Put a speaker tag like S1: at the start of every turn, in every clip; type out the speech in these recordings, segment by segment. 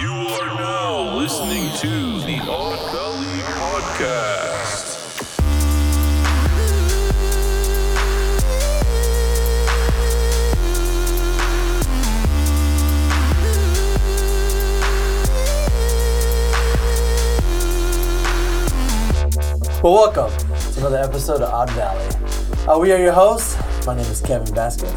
S1: You are now listening to the Odd Valley Podcast.
S2: Well, welcome to another episode of Odd Valley. Uh, we are your hosts. My name is Kevin Vasquez.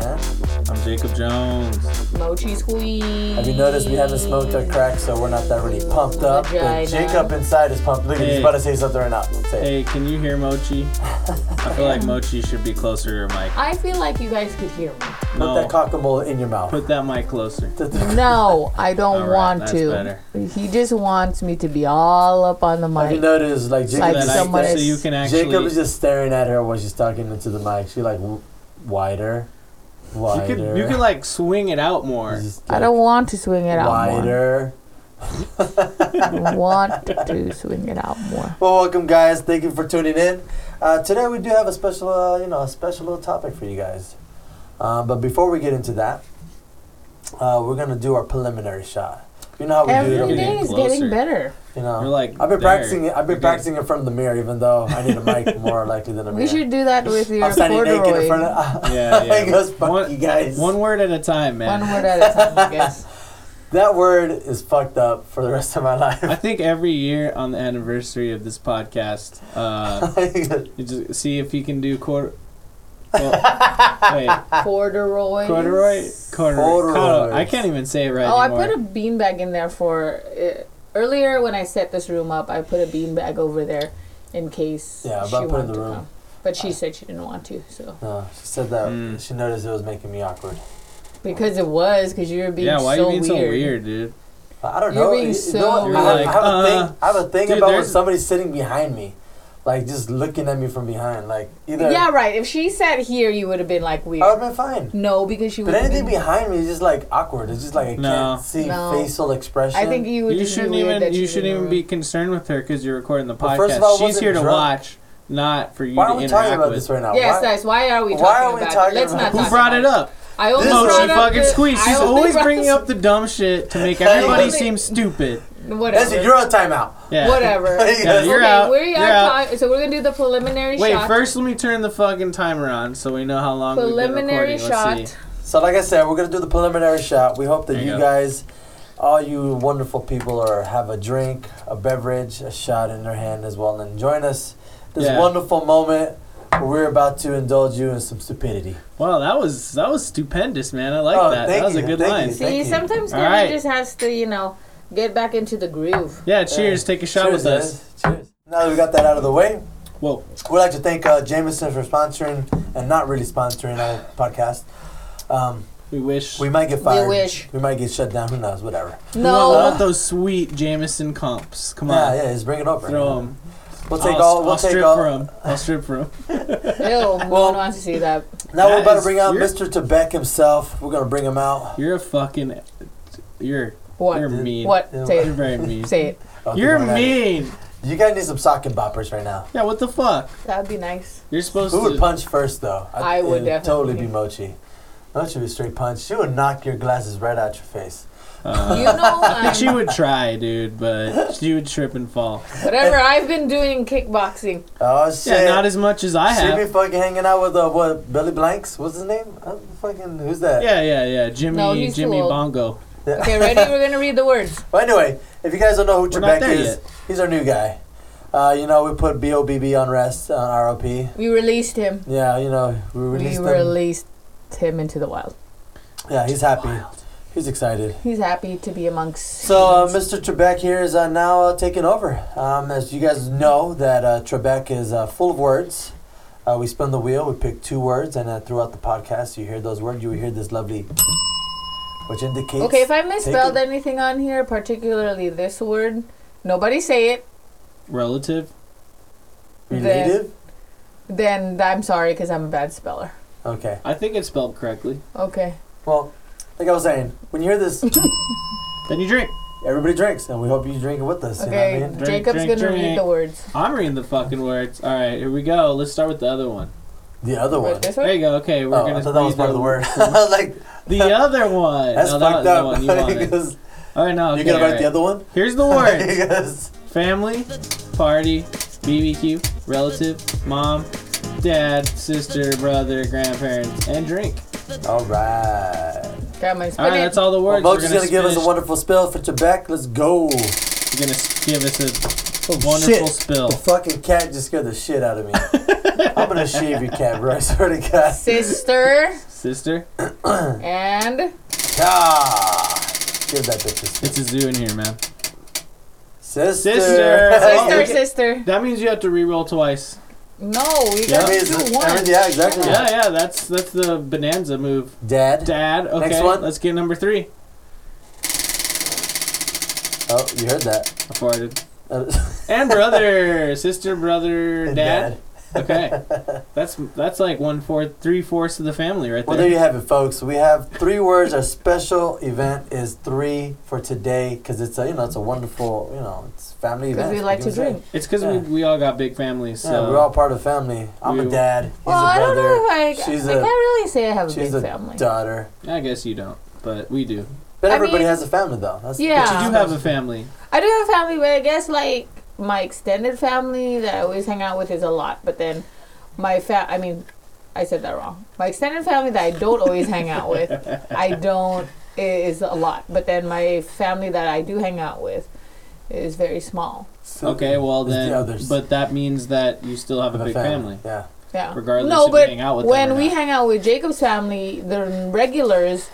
S2: And
S3: I'm Jacob Jones.
S4: Mochi Queen.
S2: have you noticed we haven't smoked or cracked, so we're not that really pumped up? But
S4: Vagina.
S2: Jacob inside is pumped. Look, he's
S3: Hey.
S2: about to say something right now. Say it.
S3: Hey, can you hear Mochi? I feel like Mochi should be closer to your mic.
S4: I feel like you guys could hear me.
S2: Put
S3: No,
S2: that cockamole in your mouth.
S3: put that mic closer.
S4: No, I don't
S3: All right,
S4: want
S3: that's
S4: to.
S3: better.
S4: He just wants me to be all up on the
S2: have you
S4: mic.
S2: noticed, like,
S4: Like
S2: Jacob,
S3: That
S2: is
S3: I-
S4: someone
S3: so
S4: is-
S3: you can actually.
S2: Jacob is just staring at her when she's talking into the mic. She, like, w- wider,
S3: you
S2: wider.
S3: could you could like swing it out more.
S2: She's just
S4: I don't want to swing it
S2: like,
S4: out more.
S2: Wider.
S4: I want to swing it out more.
S2: Well, welcome, guys. Thank you for tuning in. Uh, today we do have a special, uh, you know, a special little topic for you guys. Uh, but before we get into that, uh, we're gonna do our preliminary shot. You know how we do it. over
S3: Everything.
S2: here,
S4: Everything is getting
S3: closer.
S4: better.
S2: You know,
S3: You're like
S2: I've been
S3: there.
S2: practicing. it- I've been
S3: You're good.
S2: practicing in front of the mirror, even though I need a mic more likely than a mirror.
S4: We should do that with your
S2: I'm standing naked in
S4: corduroy.
S2: front of.
S3: Yeah, yeah.
S2: he goes, "Fuck
S3: One- uh,
S2: you guys."
S3: One word at a time, man.
S4: One word at a time, I guess.
S2: that word is fucked up for the rest of my
S3: I
S2: life.
S3: think every year on the anniversary of this podcast, uh, you just see if he can do quarter. Well, wait,
S4: Corduroy.
S3: corduroy, corduroy.
S2: Corduroys.
S3: Cordu- I can't even say it right
S4: Oh, I
S3: anymore.
S4: put a beanbag in there for uh, earlier when I set this room up. I put a beanbag over there in case
S2: Yeah,
S4: she
S2: about put in
S4: wanted
S2: the
S4: to
S2: room.
S4: come. But she said she didn't want to, so
S2: no, she said that.
S3: Mm.
S2: She noticed it was making me awkward.
S4: because it was because you were being
S3: yeah, why
S4: so
S3: are you being
S4: weird.
S3: so weird, dude?
S2: I don't
S4: You're
S2: know.
S4: being
S2: You
S4: so-
S2: know what?
S3: You're
S2: I, have, I have
S3: like,
S2: a
S3: uh,
S2: thing. I have a thing
S3: dude,
S2: about when
S3: there's-
S2: somebody's sitting behind me, like just looking at me from behind. Like either
S4: Yeah, right. If she sat here, you would have been like weird.
S2: I would have been fine.
S4: no, because she
S2: Oh. But
S4: would. have
S2: anything
S4: been.
S2: behind me is just like awkward. It's just like I
S3: No.
S2: can't see
S4: No.
S2: facial expression.
S4: I think you would
S3: you
S4: just be
S3: shouldn't
S4: weird
S3: even
S4: that
S3: you
S4: she's in
S3: shouldn't
S4: the
S3: even
S4: room.
S3: be concerned with her because you're recording the
S2: Well,
S3: podcast.
S2: first of all, I
S3: She's
S2: wasn't
S3: here to
S2: drunk.
S3: watch, not for you
S2: Why
S3: to
S2: are we
S3: interact
S2: talking about
S3: with.
S2: this right now?
S4: Yes,
S2: Why-
S4: guys. Why are we talking
S2: Why are we
S4: about
S2: talking
S4: it? Let's
S2: about
S4: not
S2: this?
S4: talk
S3: Who brought
S4: about
S3: it up?
S4: I only
S2: Mochi
S4: brought
S3: Mochi
S4: up
S3: fucking
S4: the-
S3: squeeze.
S4: I
S3: She's
S4: only
S3: always
S4: brought
S3: bringing
S4: this-
S3: up the dumb shit to make everybody
S2: only-
S3: seem stupid.
S4: whatever.
S2: That's it. You're on timeout.
S3: Yeah.
S4: whatever.
S3: Yeah, you're
S4: okay,
S3: out.
S4: We
S3: You're
S4: are
S3: out.
S4: ti- so we're gonna do the preliminary
S3: Wait,
S4: shot.
S3: first let me turn the fucking timer on so we know how long
S4: preliminary
S3: we've been recording.
S4: shot.
S3: Let's see.
S2: So like I said, we're gonna do the preliminary shot. We hope that
S3: There
S2: you,
S3: you go.
S2: guys, all you wonderful people, are have a drink, a beverage, a shot in their hand as well, and join us this
S3: Yeah.
S2: wonderful moment where we're about to indulge you in some stupidity.
S3: Wow, that was that was stupendous, man. I like
S2: Oh,
S3: that.
S2: thank
S3: That was a
S2: you,
S3: good
S2: thank
S3: line.
S2: you.
S4: See,
S2: Thank
S4: sometimes
S3: All
S4: Kevin
S3: right.
S4: just has to, you know, get back into the groove.
S3: Yeah, cheers. Take a shot
S2: Cheers,
S3: with us.
S2: guys. Cheers. Now that we got that out of the way,
S3: Whoa.
S2: we'd like to thank uh, Jameson for sponsoring and not really sponsoring our podcast. Um,
S3: We wish.
S2: we
S3: We
S2: might get fired.
S4: wish.
S2: We might get shut down. Who knows? Whatever.
S3: want
S4: No,
S3: those sweet Jamison comps. Come
S2: Yeah,
S3: on.
S2: yeah. Just bring it over.
S3: Throw them.
S2: We'll take
S3: I'll,
S2: all. We'll
S3: I'll
S2: take
S3: strip
S2: all.
S3: for 'em. I'll strip for 'em.
S4: ew, no one
S2: Well-
S4: wants to see that.
S2: Now we're
S3: That
S2: about to
S3: is-
S2: bring out
S3: you're-
S2: Mr. Tebek himself. We're gonna bring him out.
S3: You're a fucking. You're you're
S4: What?
S3: mean.
S4: What? Say
S3: You're
S4: it.
S3: very mean.
S4: Say it.
S2: Oh,
S3: You're
S2: come on, guys.
S3: mean.
S2: You guys need some sock and boppers right now.
S3: Yeah. What the fuck?
S4: That'd be nice.
S3: You're supposed
S2: Who would
S3: to.
S2: punch first though?
S4: I
S2: it
S4: would definitely.
S2: totally be Mochi. Mochi would straight punch. She would knock your glasses right out your face.
S3: Uh,
S4: You know, I'm,
S3: she would try, dude, but she would trip and fall.
S4: whatever I've been doing in kickboxing.
S2: Oh shit!
S3: Yeah, not as much as I
S2: she
S3: have.
S2: be fucking hanging out with uh, what Billy Blanks? What's his name? Uh, fucking who's that?
S3: Yeah, yeah, yeah. Jimmy,
S4: No, he's too
S3: Jimmy
S4: old.
S3: Bongo.
S4: Okay, ready? We're gonna read the words.
S2: Well, anyway, if you guys don't know who
S3: We're not
S2: Trebek
S3: there
S2: is,
S3: yet.
S2: he's our new guy. Uh, you know, we put B O B B on rest on R O P.
S4: We released him.
S2: Yeah, you know, we released
S4: we
S2: him.
S4: released him into the wild.
S2: yeah, he's happy. He's excited.
S4: He's happy to be amongst.
S2: So uh,
S3: um,
S4: humans.
S2: Mr. Trebek here is uh, now uh, taking over. Um, as you guys know, that uh, Trebek is uh, full of words. Uh, we spin the wheel. We pick two words, and uh, throughout the podcast, you hear those words. You will hear this lovely, which indicates.
S4: Okay, if I misspelled
S2: Take
S4: anything on here, particularly this word, nobody say it.
S3: Relative.
S2: related.
S4: Then I'm sorry because I'm a bad speller.
S2: Okay.
S3: I think it's spelled correctly.
S4: Okay.
S2: Well, like I was saying, when you hear this,
S3: Then you drink.
S2: everybody drinks, and we hope you drink it with us.
S4: Okay.
S2: You know what I mean?
S3: Drink,
S4: Jacob's
S3: drink,
S4: gonna read
S3: drink.
S4: the words.
S3: I'm reading the fucking words. All right, here we go. Let's start with the other one.
S2: The other
S4: Wait,
S2: one.
S4: This
S3: There
S4: one.
S3: you go. Okay, we're
S2: Oh,
S3: gonna.
S2: I thought that was
S3: read
S2: part of the word. I was like,
S3: The other one.
S2: that's
S3: No, that
S2: fucked
S3: was the
S2: up.
S3: one you wanted.
S2: Because
S3: All right, now
S2: you gonna write the other one?
S3: Here's the word:
S2: yes.
S3: family, party, BBQ, relative, mom, dad, sister, brother, grandparents, and drink.
S2: All right.
S4: Got my
S3: All right, that's all the
S2: Well,
S3: words.
S2: Mochi's gonna, give us a
S3: finish-
S2: wonderful spill for Trebek. Let's go.
S3: You're gonna s- give us a, a wonderful
S2: Shit.
S3: spill.
S2: The fucking cat just scared the shit out of me. I'm gonna shave your cat, bro. I swear to God.
S4: Sister
S3: Sister,
S4: and
S2: Ah, give that bitch a spit.
S3: it's a zoo in here, man.
S2: Sister. Oh,
S3: Sister.
S4: sister,
S3: okay.
S4: sister.
S3: That means you have to re-roll twice.
S4: No, we
S2: That
S3: Yeah.
S4: got to
S2: means-
S4: do
S2: that
S4: one.
S2: means- yeah, exactly.
S3: Yeah, yeah, that's that's the bonanza move.
S2: Dad.
S3: Dad, okay,
S2: Next one.
S3: let's get number three.
S2: Oh, you heard that.
S3: I farted.
S2: Uh,
S3: And brother, sister, brother, dad.
S2: Dad.
S3: Okay, that's that's like one fourth, three fourths of the family right
S2: Well,
S3: there.
S2: there you have it, folks. We have three words. Our special event is three for today because it's a you know it's a wonderful you know it's family
S4: Because
S2: event.
S4: we
S2: What
S4: like
S2: can
S4: to
S2: you say?
S4: drink.
S3: It's because
S2: Yeah.
S3: we, we all got big families,
S2: Yeah,
S3: so
S2: we're all part of family. I'm a
S3: We-
S2: dad. He's a
S4: Well, I don't
S2: brother.
S4: know if I,
S2: She's
S4: I
S2: a-
S4: can't really say I have a
S2: She's
S4: big
S2: a
S4: family.
S2: daughter.
S3: I guess you don't, but we do.
S2: But
S4: I
S2: everybody
S4: mean-
S2: has a family though. That's
S4: Yeah.
S3: But you do have a family.
S4: I do have family, but I guess like my extended family that I always hang out with is a lot. But then my fa I mean, I said that wrong. My extended family that I don't always hang out with, I don't i- is a lot. But then my family that I do hang out with is very small.
S2: So-
S3: Okay, well
S2: It's the
S3: then,
S2: others.
S3: but that means that you still have a big family.
S2: Yeah.
S4: Yeah.
S3: Regardless if
S4: no,
S3: you
S4: but
S3: hang out with them
S4: when
S3: or
S4: we
S3: not.
S4: hang out with Jacob's family, the regulars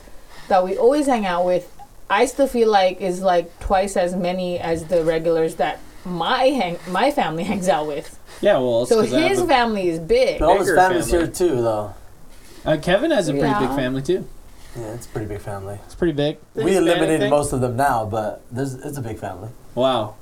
S4: that we always hang out with, I still feel like is like twice as many as the regulars that my hang my family hangs out with.
S3: Yeah, well, it's
S4: So
S3: 'cause I have
S4: his
S3: a-
S4: family is big.
S2: But all his
S3: Bigger
S2: family's
S3: family.
S2: here too, though.
S3: uh, Kevin has a pretty
S4: Yeah.
S3: big family too.
S2: Yeah, it's a pretty big family.
S3: It's pretty big.
S2: we eliminated
S3: Anything?
S2: most of them now, but there's it's a big family.
S3: Wow.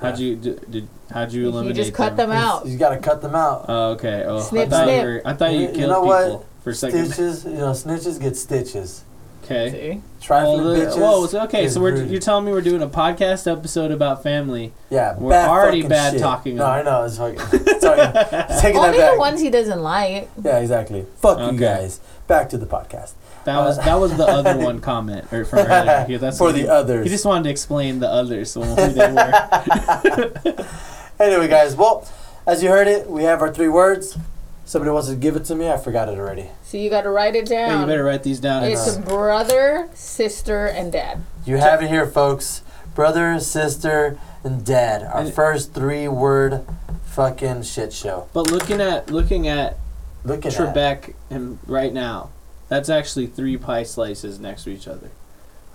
S3: How'd you d- did? How'd you
S4: You
S3: eliminate?
S4: just cut them out.
S2: You got to cut them out.
S3: Oh, okay. Oh,
S4: Snip,
S3: I thought
S4: snip.
S3: you were. I thought you,
S2: You-
S3: killed
S2: you know what?
S3: people for a second.
S2: Stitches, you know, snitches get stitches.
S3: Okay.
S4: See?
S3: Well,
S2: Trifling
S3: the,
S2: bitches.
S3: whoa. it's- Okay.
S2: get
S3: So we're
S2: rooted.
S3: you're telling me we're doing a podcast episode about family.
S2: yeah,
S3: we're already
S2: fucking
S3: bad
S2: shit.
S3: talking
S2: No,
S3: them.
S2: I know. It's fucking. Sorry, it's taking
S4: Only
S2: that back.
S4: the ones he doesn't like.
S2: Yeah, exactly. Fuck
S3: Okay.
S2: you guys. Back to the podcast.
S3: That was that was the other one comment or from earlier. Yeah, that's
S2: For
S3: what
S2: the
S3: he-
S2: others.
S3: He just wanted to explain the others, so who they were.
S2: Anyway, guys. Well, as you heard it, we have our three words. Somebody wants to give it to me. I forgot it already.
S4: So you gotta write it
S3: Hey, you
S4: down.
S3: better write these down. and-
S4: it's brother, sister, and dad.
S2: You have it here, folks. Brother, sister, and dad. Our
S3: And-
S2: first three word fucking shit show.
S3: but looking at looking at
S2: Look at that.
S3: Trebek and right now, that's actually three pie slices next to each other.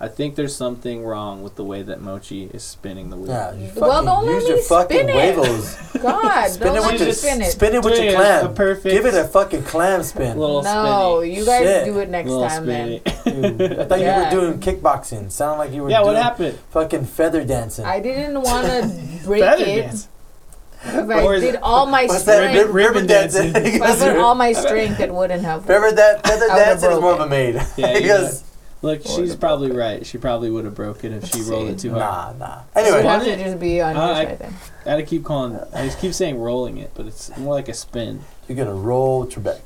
S3: I think there's something wrong with the way that Mochi is spinning the wheel.
S2: Yeah, you fucking
S4: Well, don't let
S2: use
S4: me
S2: your fucking
S4: spin it.
S2: wavos.
S4: God,
S2: Spin
S4: don't
S2: it
S4: let
S2: with
S4: me
S2: your
S3: just
S4: spin it.
S2: spin it with
S3: Doing
S2: your
S3: a-
S2: clam.
S3: a perfect-
S2: Give it a fucking clam spin.
S3: Little
S4: no,
S3: spinny.
S4: you guys
S2: Shit.
S4: do it next
S3: Little
S4: time
S3: spinny.
S2: Dude, I thought
S4: Yeah.
S2: you were doing kickboxing. Sounded like you were
S3: yeah,
S2: doing
S3: what happened?
S2: fucking feather dancing.
S4: then. I didn't wanna break
S3: Feather
S4: it.
S3: dance.
S4: If I
S3: Or-
S4: did all my
S2: What's that? Rib-
S4: strength.
S2: ribbon
S3: Ribbon
S2: dancing.
S3: dancing.
S2: You
S4: If I
S2: guys
S4: put
S2: are-
S4: all my strength, it wouldn't have.
S2: Remember that feather
S4: I would've
S2: dancing is more of a
S4: broke
S2: maid.
S3: Yeah,
S2: He
S3: you
S2: goes,
S3: Look, she's probably right. She probably would have broke it if she
S4: Let's
S3: rolled
S4: see.
S3: it too hard.
S2: nah, nah.
S4: Anyway,
S2: Anyway,
S4: you
S3: So
S4: have
S3: why
S4: to
S3: did-
S4: just be on
S3: Uh,
S4: your
S3: I-
S4: side then.
S3: I had to keep calling. I just keep saying rolling it, but it's more like a spin.
S2: you're gonna roll Trebek.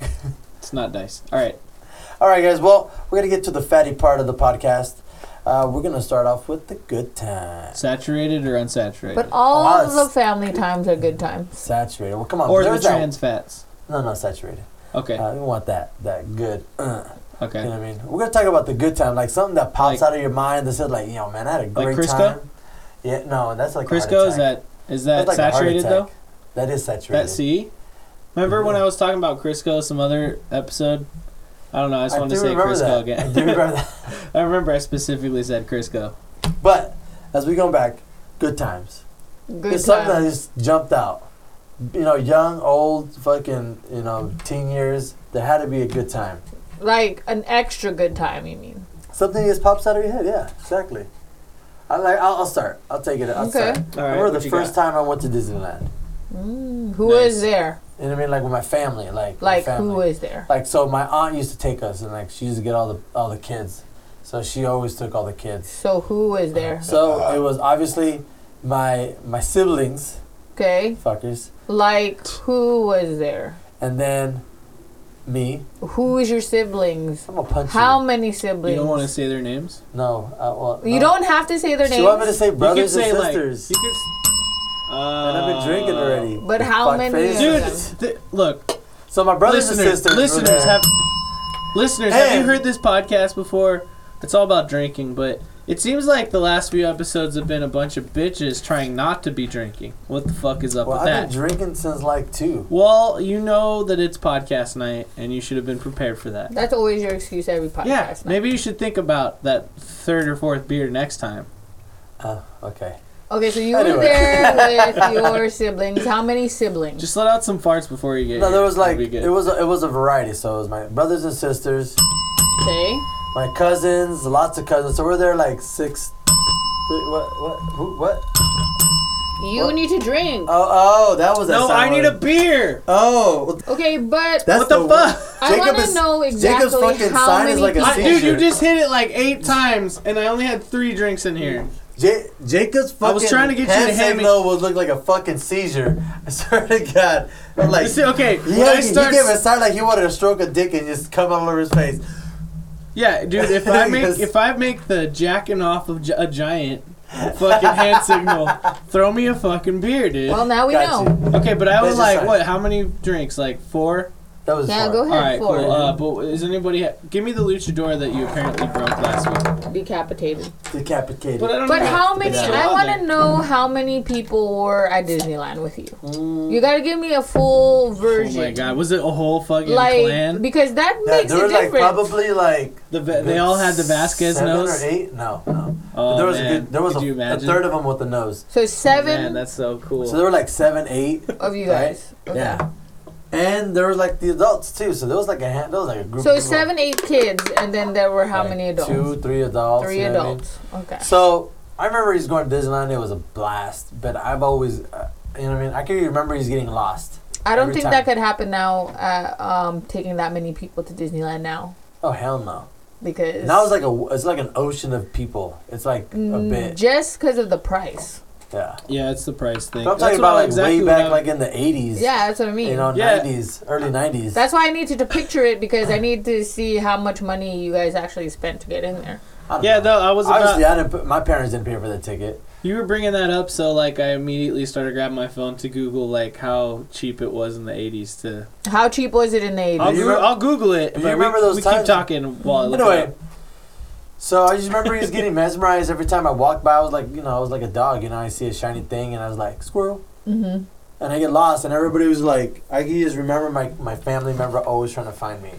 S3: It's not dice. All right.
S2: All right, guys. Well, we're gonna get to the fatty part of the podcast. Uh, we're gonna start off with the good times,
S3: Saturated or unsaturated?
S4: But all
S2: Oh,
S4: of
S2: it's-
S4: the family times are good times.
S2: saturated. Well, come on.
S3: or the
S2: there's oh, that-
S3: trans fats.
S2: No, no, saturated.
S3: Okay.
S2: Uh, we want that, that good. Uh, You know
S3: okay.
S2: what I mean? We're gonna talk about the good time, like something that pops
S3: Like-
S2: out of your mind that said, like, yo, man, I had a great
S3: Like Crisco?
S2: time. Yeah, no, that's like a heart
S3: Crisco is
S2: attack.
S3: that
S2: That's
S3: is that
S2: like a heart
S3: saturated
S2: attack. Mm-hmm.
S3: though?
S2: That is saturated.
S3: That see. Remember when I was talking about Crisco some other episode? I don't know. I just wanted
S2: do
S3: to say
S2: remember
S3: Crisco
S2: that.
S3: again.
S2: I do remember that.
S3: I remember I specifically said Crisco.
S2: But as we go back, good times.
S4: Good
S2: it's something that
S4: times.
S2: just jumped out. You know, young, old, fucking, you know, teen years. There had to be a good time.
S4: Like an extra good time, you mean?
S2: Something just pops out of your head. Yeah, exactly. I like. I'll, I'll start. I'll take it. I'll
S4: Okay.
S2: start.
S3: All right,
S2: Remember
S3: what
S2: the
S3: you
S2: first time I went to Disneyland.
S4: Mm, who
S3: Nice.
S4: is there?
S2: You know what I mean? Like with my family. Like my
S4: Like
S2: family.
S4: who is there?
S2: like so my aunt used to take us and like she used to get all the all the kids so she always took all the kids
S4: So who is there?
S2: so it was obviously my my siblings
S4: Okay.
S2: fuckers
S4: Like who was there?
S2: and then Me.
S4: Who is your siblings?
S2: I'm gonna punch
S4: How
S2: you.
S4: many siblings?
S3: You don't want to say their names.
S2: No. Uh, well,
S4: You
S2: no.
S4: don't have to say their
S2: She want me to
S4: names.
S2: say brothers
S3: you could say
S2: and
S3: like.
S2: sisters.
S3: you could s-
S2: and I've been drinking
S3: Uh,
S2: already.
S4: But how
S2: Fuck
S4: many
S2: face.
S4: of them?
S3: Dude, th- look,
S2: So my brothers and
S3: listeners,
S2: sisters. were
S3: listeners
S2: there.
S3: have listeners. Have
S2: And-
S3: you heard this podcast before? It's all about drinking, but it seems like the last few episodes have been a bunch of bitches trying not to be drinking. What the fuck is up
S2: Well,
S3: with
S2: I've
S3: that?
S2: been drinking since like two.
S3: well, you know that it's podcast night, and you should have been prepared for that.
S4: That's always your excuse every podcast.
S3: yeah,
S4: night.
S3: maybe you should think about that third or fourth beer next time.
S2: Uh, okay.
S4: Okay, so you were
S2: Anyway.
S4: there with your siblings. How many siblings?
S3: Just let out some farts before you get.
S2: No,
S3: here.
S2: there was like
S3: That'd be good.
S2: it was a, it was a variety. So it was my brothers and sisters,
S4: okay.
S2: my cousins, lots of cousins. So we're there like six. Three, what what who what?
S4: You
S2: What?
S4: need to drink.
S2: Oh oh, that was that
S3: no,
S2: sound
S3: I need a
S2: word.
S3: beer.
S2: Oh, well,
S4: Okay,
S2: that's
S4: but
S3: What the fuck?
S4: I
S2: Jacob
S4: want to
S2: is-
S4: know
S2: Jacob's
S4: exactly
S2: fucking
S4: how
S2: sign
S4: many
S2: is like a
S3: I,
S2: sea
S4: people.
S3: dude, you
S2: shirt.
S3: just hit it like eight times, and I only had three drinks in here.
S2: J- Jacob's fucking.
S3: I was trying to get you to
S2: hand
S3: hand me-
S2: signal would look like a fucking seizure. I swear to God, I'm like.
S3: You see, okay,
S2: He,
S3: when I
S2: had- he
S3: start-
S2: gave a sign like he wanted to stroke a dick and just come all over his face.
S3: yeah, dude. If I make
S2: Yes.
S3: if I make the jacking off of gi- a giant fucking hand signal, throw me a fucking beer, dude.
S4: Well, now we
S2: Got
S4: know.
S2: you.
S3: okay, but I was
S2: That's
S3: like,
S2: just
S3: what? How many drinks? Like four.
S2: That was
S4: Yeah,
S2: fun.
S4: go ahead.
S3: All right,
S4: four.
S3: cool. Uh, but is anybody? Ha- give me the luchador that you apparently broke last week.
S4: Decapitated.
S2: Decapitated.
S3: But I don't.
S4: But
S3: know.
S4: how
S3: It's
S4: many?
S3: still
S4: I
S3: on
S4: want
S3: there.
S4: to know how many people were at Disneyland with you. You got to give me a full
S3: Mm. Oh
S4: version.
S3: my god, was it a whole fucking
S4: Like
S3: clan?
S4: because that
S2: Yeah,
S4: makes
S2: there
S4: a
S2: was like
S4: difference.
S2: probably like
S3: The, va- they all had the Vasquez
S2: seven
S3: nose.
S2: or eight? No, no.
S3: Oh,
S2: But there was
S3: man.
S2: a good, there was a,
S3: Could you
S2: a
S3: imagine?
S2: third of them with the nose.
S4: so seven
S3: Man, that's so cool.
S2: So there were like seven, eight.
S4: of you
S2: Right?
S4: guys. Okay.
S2: Yeah. And there was like the adults too. So there was like a hand, there was like a group.
S4: So
S2: of people.
S4: seven, eight kids, and then there were how
S2: Like
S4: many adults?
S2: Two, three adults.
S4: Three
S2: you know what I mean?
S4: adults. Okay.
S2: So I remember he's going to Disneyland. It was a blast. But I've always, uh, you know what I mean. I can remember he's getting lost.
S4: I don't
S2: every
S4: think
S2: time.
S4: that could happen now. Uh, um, taking that many people to Disneyland now
S2: Oh hell no.
S4: because
S2: Now it's like a, it's like an ocean of people. It's like a
S4: Mm,
S2: bit.
S4: just because of the price.
S2: Yeah.
S3: yeah, it's the price thing.
S2: So I'm
S3: That's
S2: talking
S3: what
S2: about like
S3: exactly
S2: way
S3: what
S2: back,
S3: I-
S2: like in the 80s.
S4: Yeah, that's what I mean.
S2: You know,
S3: Yeah.
S2: 90s, early 90s.
S4: that's why I needed to picture it because I need to see how much money you guys actually spent to get in there.
S2: I don't
S3: Yeah,
S2: know.
S3: no, I was about.
S2: Obviously, I didn't. put- My parents didn't pay for the ticket.
S3: You were bringing that up, so like I immediately started grabbing my phone to Google like how cheap it was in the '80s. To
S4: How cheap was it in the
S3: I'll,
S4: eighties?
S2: you
S3: Goo-
S2: remember-
S3: I'll Google it.
S2: Do you
S3: but we-
S2: remember those
S3: we keep
S2: times?
S3: talking while I look it
S2: Anyway,
S3: up.
S2: so I just remember he was getting mesmerized every time I walked by. I was like, you know, I was like a dog. You know, I see a shiny thing, and I was like, squirrel.
S4: Mm-hmm.
S2: And I get lost, and everybody was like, I can just remember my my family member always trying to find me.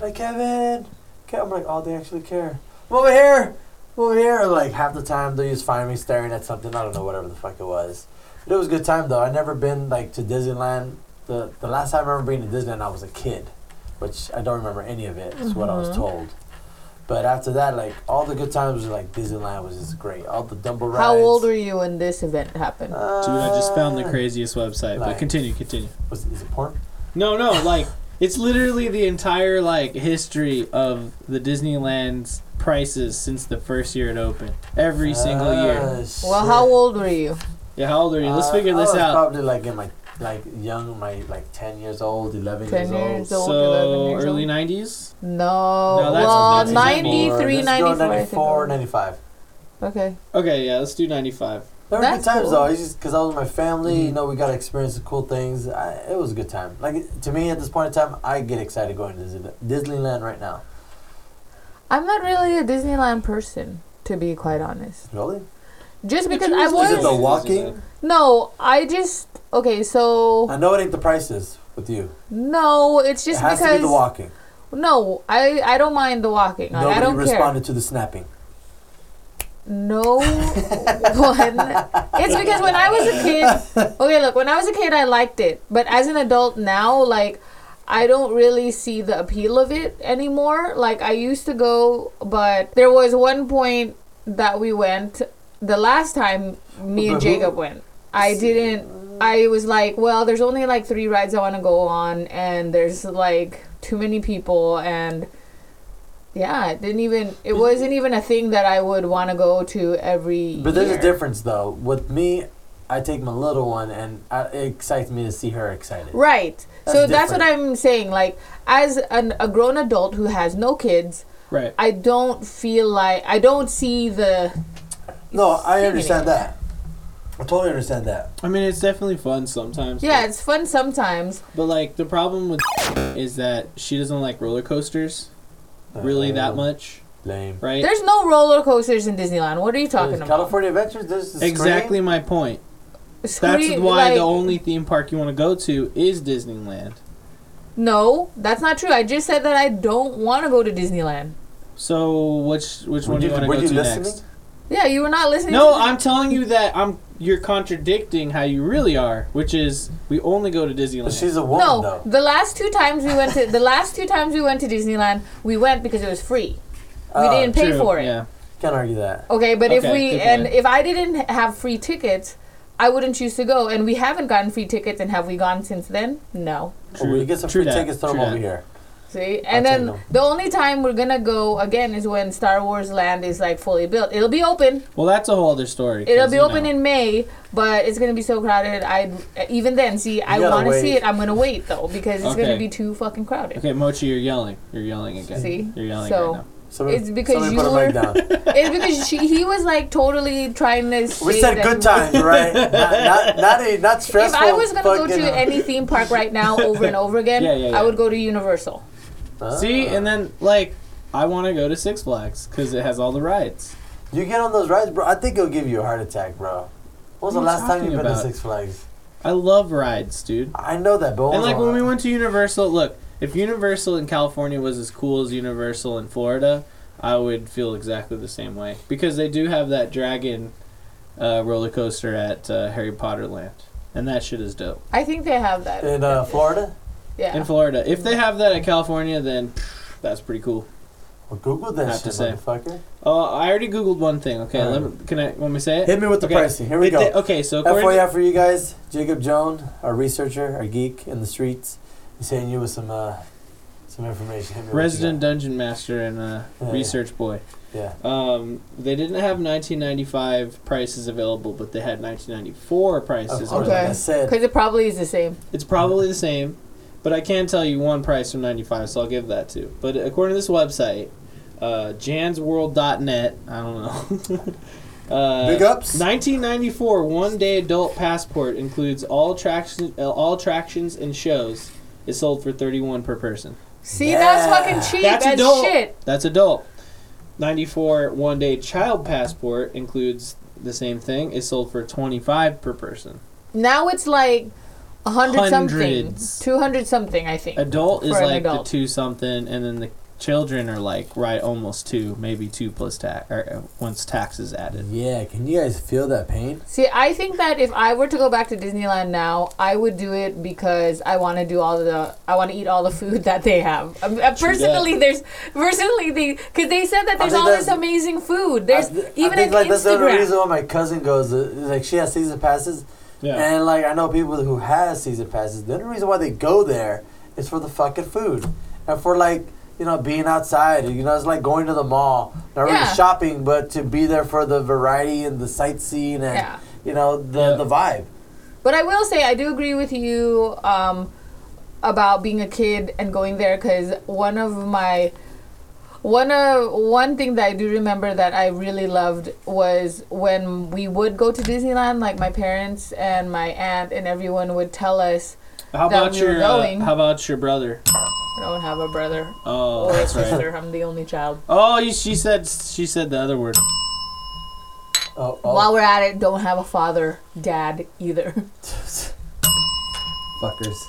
S2: Like Kevin, Kevin. I'm like, oh, they actually care. I'm over here, I'm over here. Like half the time they just find me staring at something. I don't know whatever the fuck it was. But it was a good time though. I never been like to Disneyland. The the last time I remember being to Disneyland, I was a kid, which I don't remember any of it. Is what I was
S4: Mhm.
S2: told. But after that, like all the good times were like Disneyland was just great. All the Dumbo rides.
S4: How old were you when this event happened?
S3: Dude, I just found the
S2: Uh,
S3: craziest website. But
S2: Like-
S3: continue, continue.
S2: Was is it porn?
S3: No, no, like it's literally the entire like history of the Disneyland's prices since the first year it opened. Every single
S2: Ah.
S3: year.
S4: well, how old were you?
S3: Yeah, how old are you? Let's figure this out.
S2: Uh, Probably like in my like young, my like ten years old, eleven
S4: 10
S2: years,
S4: years
S2: old.
S4: old.
S3: So
S4: 11 years
S3: early
S4: old.
S3: '90s. No,
S4: No,
S3: that's-
S4: well,
S3: that's
S4: ninety
S3: ninety-four.
S4: three,
S2: Let's go
S4: ninety
S2: 94,
S4: four. 94,
S2: 95.
S4: Okay.
S3: Okay, yeah, let's do '95.
S2: There were good
S4: That's
S2: times
S4: cool.
S2: though. It's just because I was with my family. You
S3: Mhm.
S2: know, we got to experience the cool things. I, it was a good time. Like to me, at this point in time, I get excited going to Disney- Disneyland right now.
S4: I'm not really a Disneyland person, to be quite honest.
S2: Really?
S4: Just because I
S2: Is it the
S4: was
S2: walking?
S4: no, I just okay. So
S2: I know it ain't the prices with you.
S4: no, it's
S2: It
S4: just
S2: has to be the
S4: because
S2: walking.
S4: no, I I don't mind the walking. Like,
S2: Nobody
S4: I don't care.
S2: responded to the snapping.
S4: No one. It's because when I was a kid, okay, look, when I was a kid, I liked it, but as an adult now, like, I don't really see the appeal of it anymore. Like, I used to go, but there was one point that we went the last time me
S2: But
S4: and
S2: who-
S4: Jacob went. I didn't. I was like, well, there's only like three rides I want to go on, and there's like too many people, and yeah, it didn't even. It wasn't even a thing that I would want to go to every.
S2: But there's
S4: year.
S2: a difference though. With me, I take my little one, and I, it excites me to see her excited.
S4: Right.
S2: That's
S4: so that's what
S2: different.
S4: I'm saying. Like, as an, a grown adult who has no kids,
S3: Right.
S4: I don't feel like I don't see the.
S2: No, I
S4: Singing
S2: understand
S4: it.
S2: that. I totally understand that.
S3: I mean, it's definitely fun sometimes.
S4: Yeah,
S3: But,
S4: it's fun sometimes.
S3: but, like the problem with is that she doesn't like roller coasters really that
S2: Uh,
S3: much,
S2: Lame.
S3: right?
S4: There's no roller coasters in Disneyland. What are you talking
S2: There's
S4: about?
S2: California Adventures. There's the
S3: exactly
S2: Scream.
S3: my point. That's
S4: Scree-
S3: why
S4: like-
S3: the only theme park you want to go to is Disneyland.
S4: No, that's not true. I just said that I don't want to go to Disneyland.
S3: So which which
S2: Were
S3: one do
S2: you-
S3: you want to
S2: were
S3: go
S2: you
S3: to
S2: listening?
S3: next?
S4: Yeah, you were not listening.
S3: No,
S4: to me.
S3: I'm telling you that I'm. You're contradicting how you really are, which is we only go to
S2: But
S3: Disneyland.
S2: she's a woman,
S4: No,
S2: though.
S4: the last two times we went to the last two times we went to Disneyland, we went because it was free. We
S2: Oh,
S4: didn't pay
S3: Ah, True,
S4: for it.
S3: Yeah.
S2: Can't argue that.
S4: Okay, but if
S3: Okay,
S4: we
S3: good
S4: and
S3: point.
S4: if I didn't have free tickets, I wouldn't choose to go. And we haven't gotten free tickets, and have we gone since then? No.
S2: oh,
S3: True-
S2: we get some
S3: true
S2: free
S3: that,
S2: tickets. Throw
S3: true
S2: them over
S3: that.
S2: here.
S4: See, and
S2: I'll
S4: then
S2: tell you no.
S4: the only time we're gonna go again is when Star Wars Land is like fully built. It'll be open.
S3: Well, that's a whole other story.
S4: It'll
S3: 'cause,
S4: be
S3: you
S4: open
S3: know.
S4: in May, but it's gonna be so crowded. I even then see. I
S2: gotta
S4: want to see
S2: wait.
S4: it. I'm gonna wait though because it's
S3: Okay.
S4: gonna be too fucking crowded.
S3: Okay, Mochi, you're yelling. You're yelling again.
S4: See?
S3: You're yelling
S4: So-
S3: right now.
S2: Somebody,
S4: It's because
S2: somebody
S4: you
S2: put
S4: were-
S2: a mic down.
S4: It's because she, he was like totally trying to.
S2: We
S4: say
S2: said
S4: that
S2: good
S4: he-
S2: times, right? Not, not, not a not
S4: If
S2: stressful.
S4: I was gonna go
S2: fucking,
S4: to
S2: uh,
S4: any theme park right now, over and over again,
S3: Yeah, yeah, yeah.
S4: I would go to Universal.
S2: uh,
S3: See, and then like I want to go to Six Flags because it has all the rides.
S2: you get on those rides, bro. I think it'll give you a heart attack, bro. When was
S3: What
S2: the
S3: are you
S2: last time you
S3: talking
S2: been to
S3: about?
S2: Six Flags?
S3: I love rides, dude.
S2: I know that, but
S3: And
S2: was
S3: like
S2: the
S3: when we
S2: last-
S3: went to Universal, look, if Universal in California was as cool as Universal in Florida, I would feel exactly the same way because they do have that dragon uh, roller coaster at uh, Harry Potter Land, and that shit is dope.
S4: I think they have that.
S2: in uh, Florida.
S4: yeah.
S3: In Florida, if they have that at California, then pff, that's pretty cool.
S2: Well, Google that
S3: Have
S2: shit,
S3: to say.
S2: motherfucker.
S3: Oh, I already googled one thing. Okay,
S2: Alright.
S3: let me, can I? Let me say it.
S2: Hit me with the
S3: Okay.
S2: pricing. Here we
S3: It-
S2: go.
S3: they- okay, so according to-
S2: FYI for you guys, Jacob Joan, our researcher, our geek in the streets, is hitting you with some uh, some information. Hit me with what you
S3: resident dungeon master and uh,
S2: Yeah.
S3: research boy.
S2: got. Yeah.
S3: Um, they didn't have 1995 prices available, but they had 1994
S2: Of
S3: prices.
S2: course,
S3: available.
S2: like I said,
S4: Because it probably is the same.
S3: It's probably the same, but I can tell you one price from 95, so I'll give that to. But according to this website, uh, jansworld.net, I don't know. uh,
S2: big ups.
S3: 1994 one-day adult passport includes all attraction, uh, all attractions and shows. Is sold for 31 per person.
S4: See,
S2: Yeah.
S4: that's fucking cheap
S3: That's
S4: as
S3: adult.
S4: shit.
S3: That's adult. 94 one day child passport includes the same thing. Is sold for 25 per person.
S4: Now it's like a hundred something,
S3: Hundreds.
S4: two hundred something. I think.
S3: Adult is
S4: For an
S3: like
S4: adult.
S3: the two something, and then the children are like right almost two, maybe two plus tax, or uh, once tax is added.
S2: Yeah, can you guys feel that pain?
S4: See, I think that if I were to go back to Disneyland now, I would do it because I want to do all the, I want to eat all the food that they have. Um, uh, personally, there's personally they, because they said that
S2: I
S4: there's
S2: think
S4: all this
S2: that's-
S4: amazing food. There's
S2: I, th-
S4: even
S2: I think
S4: an
S2: like that's the only reason
S4: Instagram.
S2: why my cousin goes. uh, Like she has season passes,
S3: Yeah.
S2: and like I know people who has season passes. The only reason why they go there is for the fucking food and for like you know being outside. You know, it's like going to the mall, not
S4: Yeah.
S2: really shopping, but to be there for the variety and the sightseeing and
S4: Yeah.
S2: you know the
S3: Yeah.
S2: the vibe.
S4: But I will say I do agree with you um, about being a kid and going there because one of my one of one thing that I do remember that I really loved was when we would go to Disneyland. Like my parents and my aunt and everyone would tell us,
S3: How
S4: that
S3: about
S4: we were
S3: your uh,
S4: going.
S3: How about your brother?
S4: "I don't have a brother
S3: Oh,
S4: or a
S3: that's right.
S4: sister. I'm the only child."
S3: Oh, you, she said she said the other word.
S2: Oh, oh.
S4: While we're at it, don't have a father, dad either.
S2: fuckers.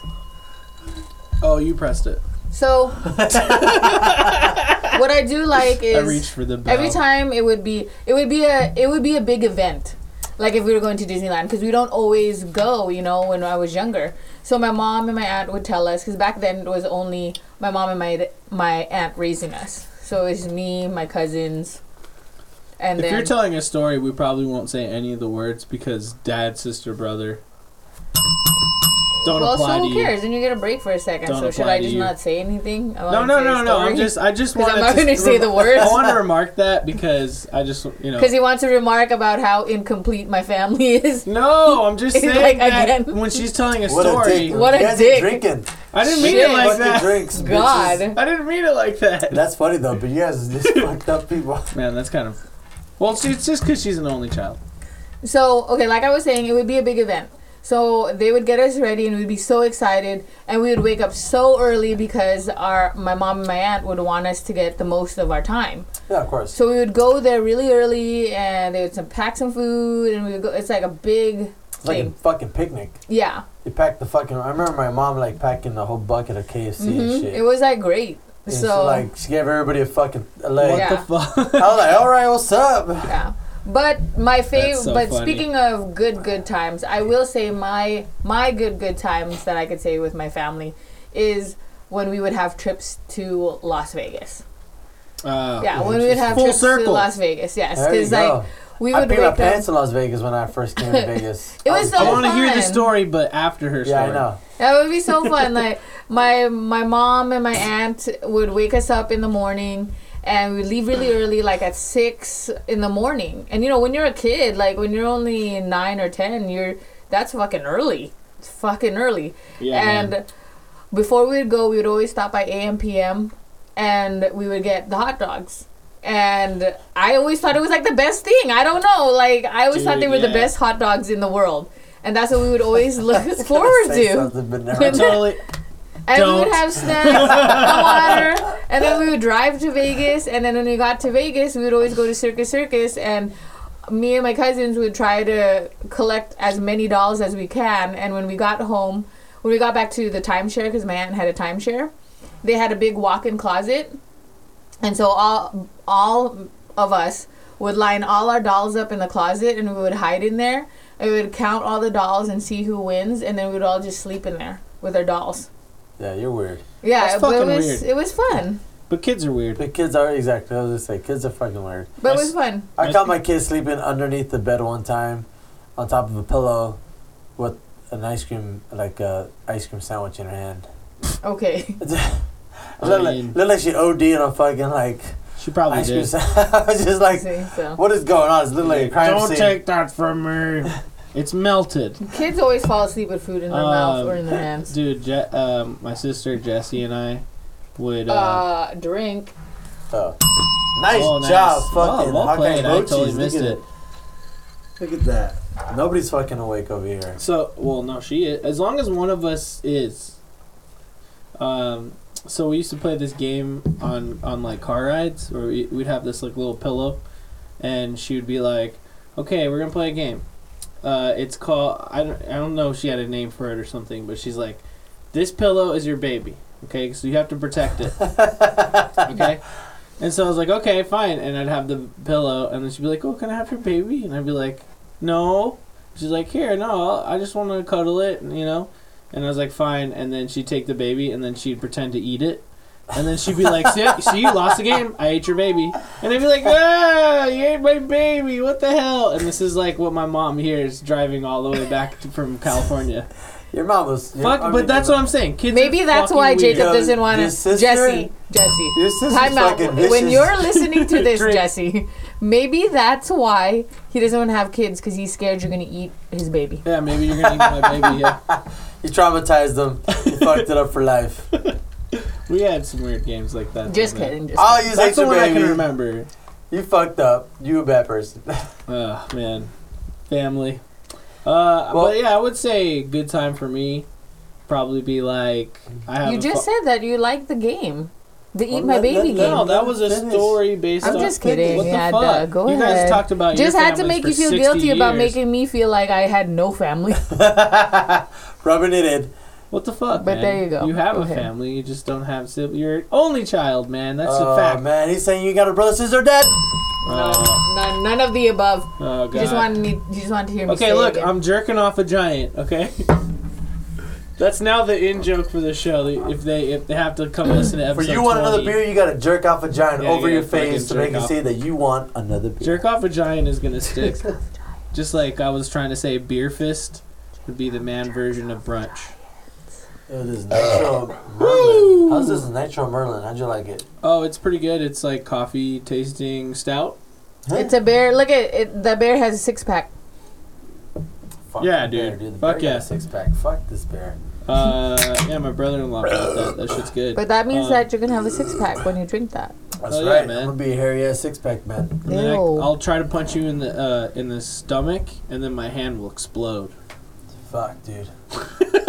S3: Oh, you pressed it.
S4: So what I do like is
S3: I reached for the bell.
S4: Every time it would be it would be a it would be a big event. Like if we were going to Disneyland because we don't always go, you know, when I was younger. So my mom and my aunt would tell us cuz back then it was only my mom and my my aunt raising us. So it's me, my cousins and
S3: If
S4: then
S3: you're telling a story, we probably won't say any of the words because dad, sister, brother. don't
S4: well,
S3: apply
S4: so
S3: to
S4: who
S3: you.
S4: cares? And you get a break for a 2nd
S3: Don't
S4: so should
S3: apply
S4: I
S3: to
S4: just
S3: you.
S4: not say anything? I
S3: No,
S4: wanna
S3: no,
S4: say a
S3: no, no. I'm
S4: story.
S3: just, I just
S4: 'Cause
S3: wanted
S4: I'm not gonna say the words.
S3: I want to remark that because I just, you know.
S4: Because he wants to remark about how incomplete my family is.
S3: No, I'm just
S4: It's
S3: saying
S4: like,
S3: that
S4: again.
S3: when she's telling a
S2: What a
S3: story,
S2: dick.
S4: What a
S2: You guys
S4: dick.
S2: Are drinking.
S3: I didn't mean
S4: Shit.
S3: it like
S2: Fucking
S3: that.
S2: drinks, bitches.
S4: God.
S3: I didn't mean it like that.
S2: That's funny though, but you guys are just fucked up people.
S3: Man, that's kind of. Well, she, it's just because she's an only child.
S4: So, okay, like I was saying, it would be a big event. So they would get us ready, and we'd be so excited, and we would wake up so early because our my mom and my aunt would want us to get the most of our time.
S2: Yeah, of course.
S4: So we would go there really early, and they would some, pack some food, and we would go. It's like a big
S2: It's like a
S4: thing.
S2: fucking picnic.
S4: yeah,
S2: You pack the fucking. I remember my mom like packing the whole bucket of KFC and
S4: Mhm.
S2: shit.
S4: it was like great.
S2: And she,
S4: so
S2: like she gave everybody a fucking a leg.
S3: what
S4: Yeah.
S3: the fuck?
S2: I was like, all right, what's up?
S4: Yeah. But my favorite.
S3: That's so
S4: but
S3: funny.
S4: speaking of good good times, I will say my my good good times that I could say with my family is when we would have trips to Las Vegas.
S3: Uh,
S4: yeah, when we would have
S3: Full
S4: trips to
S3: circle.
S4: Las Vegas. Yes,
S2: There you
S4: because like
S2: go.
S4: we
S2: I
S4: would
S2: peed my
S4: wake
S2: pants
S4: up.
S2: in Las Vegas when I first came to Vegas.
S4: It
S2: I
S4: was
S3: I
S4: so
S3: want to hear the
S4: fun.
S3: story, but after her story.
S2: Yeah, I know.
S4: That would be so fun. like my my mom and my aunt would wake us up in the morning. And we leave really early, like at six in the morning. And you know, when you're a kid, like when you're only nine or ten, you're that's fucking early. It's fucking early.
S3: Yeah,
S4: and
S3: man.
S4: before we'd go, we would always stop by AM PM and we would get the hot dogs. And I always thought it was like the best thing. I don't know. Like I always thought they
S3: Dude,
S4: were the
S3: yeah.
S4: best hot dogs in the world. And that's what we would always look
S2: I
S4: forward
S2: say
S4: to.
S2: something, but
S3: I
S2: never.
S3: totally.
S4: And we
S3: Don't.
S4: would have snacks, water, and then we would drive to Vegas. And then when we got to Vegas, we would always go to Circus Circus, and me and my cousins would try to collect as many dolls as we can. And when we got home, when we got back to the timeshare, because my aunt had a timeshare, they had a big walk-in closet, and so all all of us would line all our dolls up in the closet, and we would hide in there. And we would count all the dolls and see who wins, and then we would all just sleep in there with our dolls.
S2: Yeah, you're weird.
S4: Yeah,
S3: That's
S4: but it
S3: fucking
S4: was
S3: weird.
S4: it was fun.
S3: But kids are weird.
S2: The kids are exactly. I was just say kids are fucking weird.
S4: But it
S3: That's-
S4: was fun.
S2: I caught my kids sleeping underneath the bed one time, on top of a pillow, with an ice cream like a ice cream sandwich in her hand.
S4: Okay.
S2: It looked
S3: I
S2: like,
S3: mean-
S2: looked like she OD'd on fucking like
S3: She probably
S2: ice cream.
S3: did.
S2: Sandwich. I was just like,
S4: See, so
S2: what is going on? It's literally a crime
S3: Don't
S2: scene.
S3: take that from me. It's melted.
S4: kids always fall asleep with food in their mouth or
S3: Um,
S4: in their hands.
S3: Dude, Je- um, my sister Jessie and I would. Uh,
S4: Uh, drink.
S2: Oh. Nice
S3: Oh, nice.
S2: job,
S3: Wow,
S2: fucking
S3: well
S2: Hawkeye
S3: played. I
S2: Roaches.
S3: totally
S2: Look
S3: missed
S2: at-
S3: it.
S2: Look at that. Nobody's fucking awake over here.
S3: so, well, no, she is. As long as one of us is. Um, so we used to play this game on on like car rides, where we, we'd have this like little pillow, and she would be like, "Okay, we're gonna play a game. Uh, it's called I don't I don't know if she had a name for it or something, but she's like, this pillow is your baby. Okay, so you have to protect it. okay." And so I was like, okay, fine. And I'd have the pillow, and then she'd be like, oh, can I have your baby? And I'd be like, no. She's like, here, no, I just want to cuddle it, and, you know? And I was like, fine. And then she'd take the baby, and then she'd pretend to eat it. And then she'd be like, see, see, you lost the game. I ate your baby. And I'd be like, ah, you ate my baby. What the hell? And this is like what my mom hears driving all the way back to, from California.
S2: Your mom was. your-
S3: Fuck,
S2: I mean,
S3: but that's
S2: your
S3: what I'm saying. Kids
S4: Maybe
S3: are
S4: that's
S3: fucking
S4: why
S3: weird.
S4: Jacob
S2: Yo,
S4: doesn't want
S2: your
S4: to.
S2: sister-
S4: Jesse. Jesse.
S2: Your sister's
S4: Time out.
S2: fucking
S4: When
S2: vicious.
S4: you're listening to this,
S3: Drink.
S4: Jesse, maybe that's why he doesn't want to have kids because he's scared you're going to eat his baby.
S3: Yeah, maybe you're gonna eat my baby. Yeah.
S2: You traumatized them. You fucked it up for life.
S3: We had some weird games like that.
S4: Just
S3: didn't we?
S4: kidding. Just
S2: Oh, you
S3: That's
S2: ate
S3: the
S2: your
S3: one I can
S2: baby.
S3: remember.
S2: You fucked up. You a bad person.
S3: Oh man, family. Uh,
S2: Well-
S3: but yeah, I would say good time for me. Probably be like I have.
S4: kidding. You
S3: a
S4: just
S3: fu-
S4: said that you like the game, the
S2: Well,
S4: eat my
S2: let- let-
S4: baby
S2: let-
S4: game.
S3: No, that was a
S2: Finish.
S3: story based.
S4: I'm
S3: on-
S4: just kidding.
S3: What the
S4: Yeah,
S3: fuck?
S4: duh, go
S3: you guys
S4: ahead.
S3: talked about
S4: just
S3: your
S4: had to
S3: families
S4: make you
S3: for
S4: feel
S3: 60
S4: guilty about
S3: years.
S4: making me feel like I had no family.
S2: Rubbing it in.
S3: What the fuck?
S4: But
S3: man?
S4: there you go.
S3: You have
S4: Go
S3: a
S4: ahead.
S3: family. You just don't have siblings. You're an only child, man. That's
S2: oh,
S3: a fact.
S2: man. He's saying you got a brother, sister, dad.
S3: Oh,
S4: none, none, none of the above.
S3: oh,
S4: You just
S3: God.
S4: wanted me. You just wanted to hear me. say
S3: Okay,
S4: it
S3: look,
S4: again.
S3: I'm jerking off a giant. Okay, that's now the in joke for the show. that If they if they have to come listen to
S2: For
S3: episode
S2: you want another
S3: 20.
S2: beer, you gotta jerk off a giant
S3: Yeah, you
S2: over your
S3: gotta fucking
S2: face to
S3: jerk
S2: make it
S3: off.
S2: see that you want another beer.
S3: Jerk off a giant is gonna stick. Just like I was trying to say, beer fist would be the man version of brunch.
S2: It is Nitro Merlin. How's this Nitro Merlin? How'd you like it?
S3: Oh, it's pretty good. It's like coffee tasting stout.
S4: It's a bear. Look at it. The bear has a six pack.
S2: Fuck
S3: Yeah,
S2: the bear,
S3: dude.
S2: The
S3: Fuck
S2: bear got
S3: yeah.
S2: a six pack. Fuck this bear.
S3: Uh, yeah, my brother-in-law bought that. That shit's good.
S4: But that means
S3: Um,
S4: that you're gonna have a six pack when you drink that.
S2: That's
S3: Oh, yeah,
S2: right,
S3: man.
S2: I'm gonna be a hairy ass six pack man.
S3: And then I,
S4: Ew.
S3: I'll try to punch you in the uh, in the stomach, and then my hand will explode.
S2: Fuck, dude.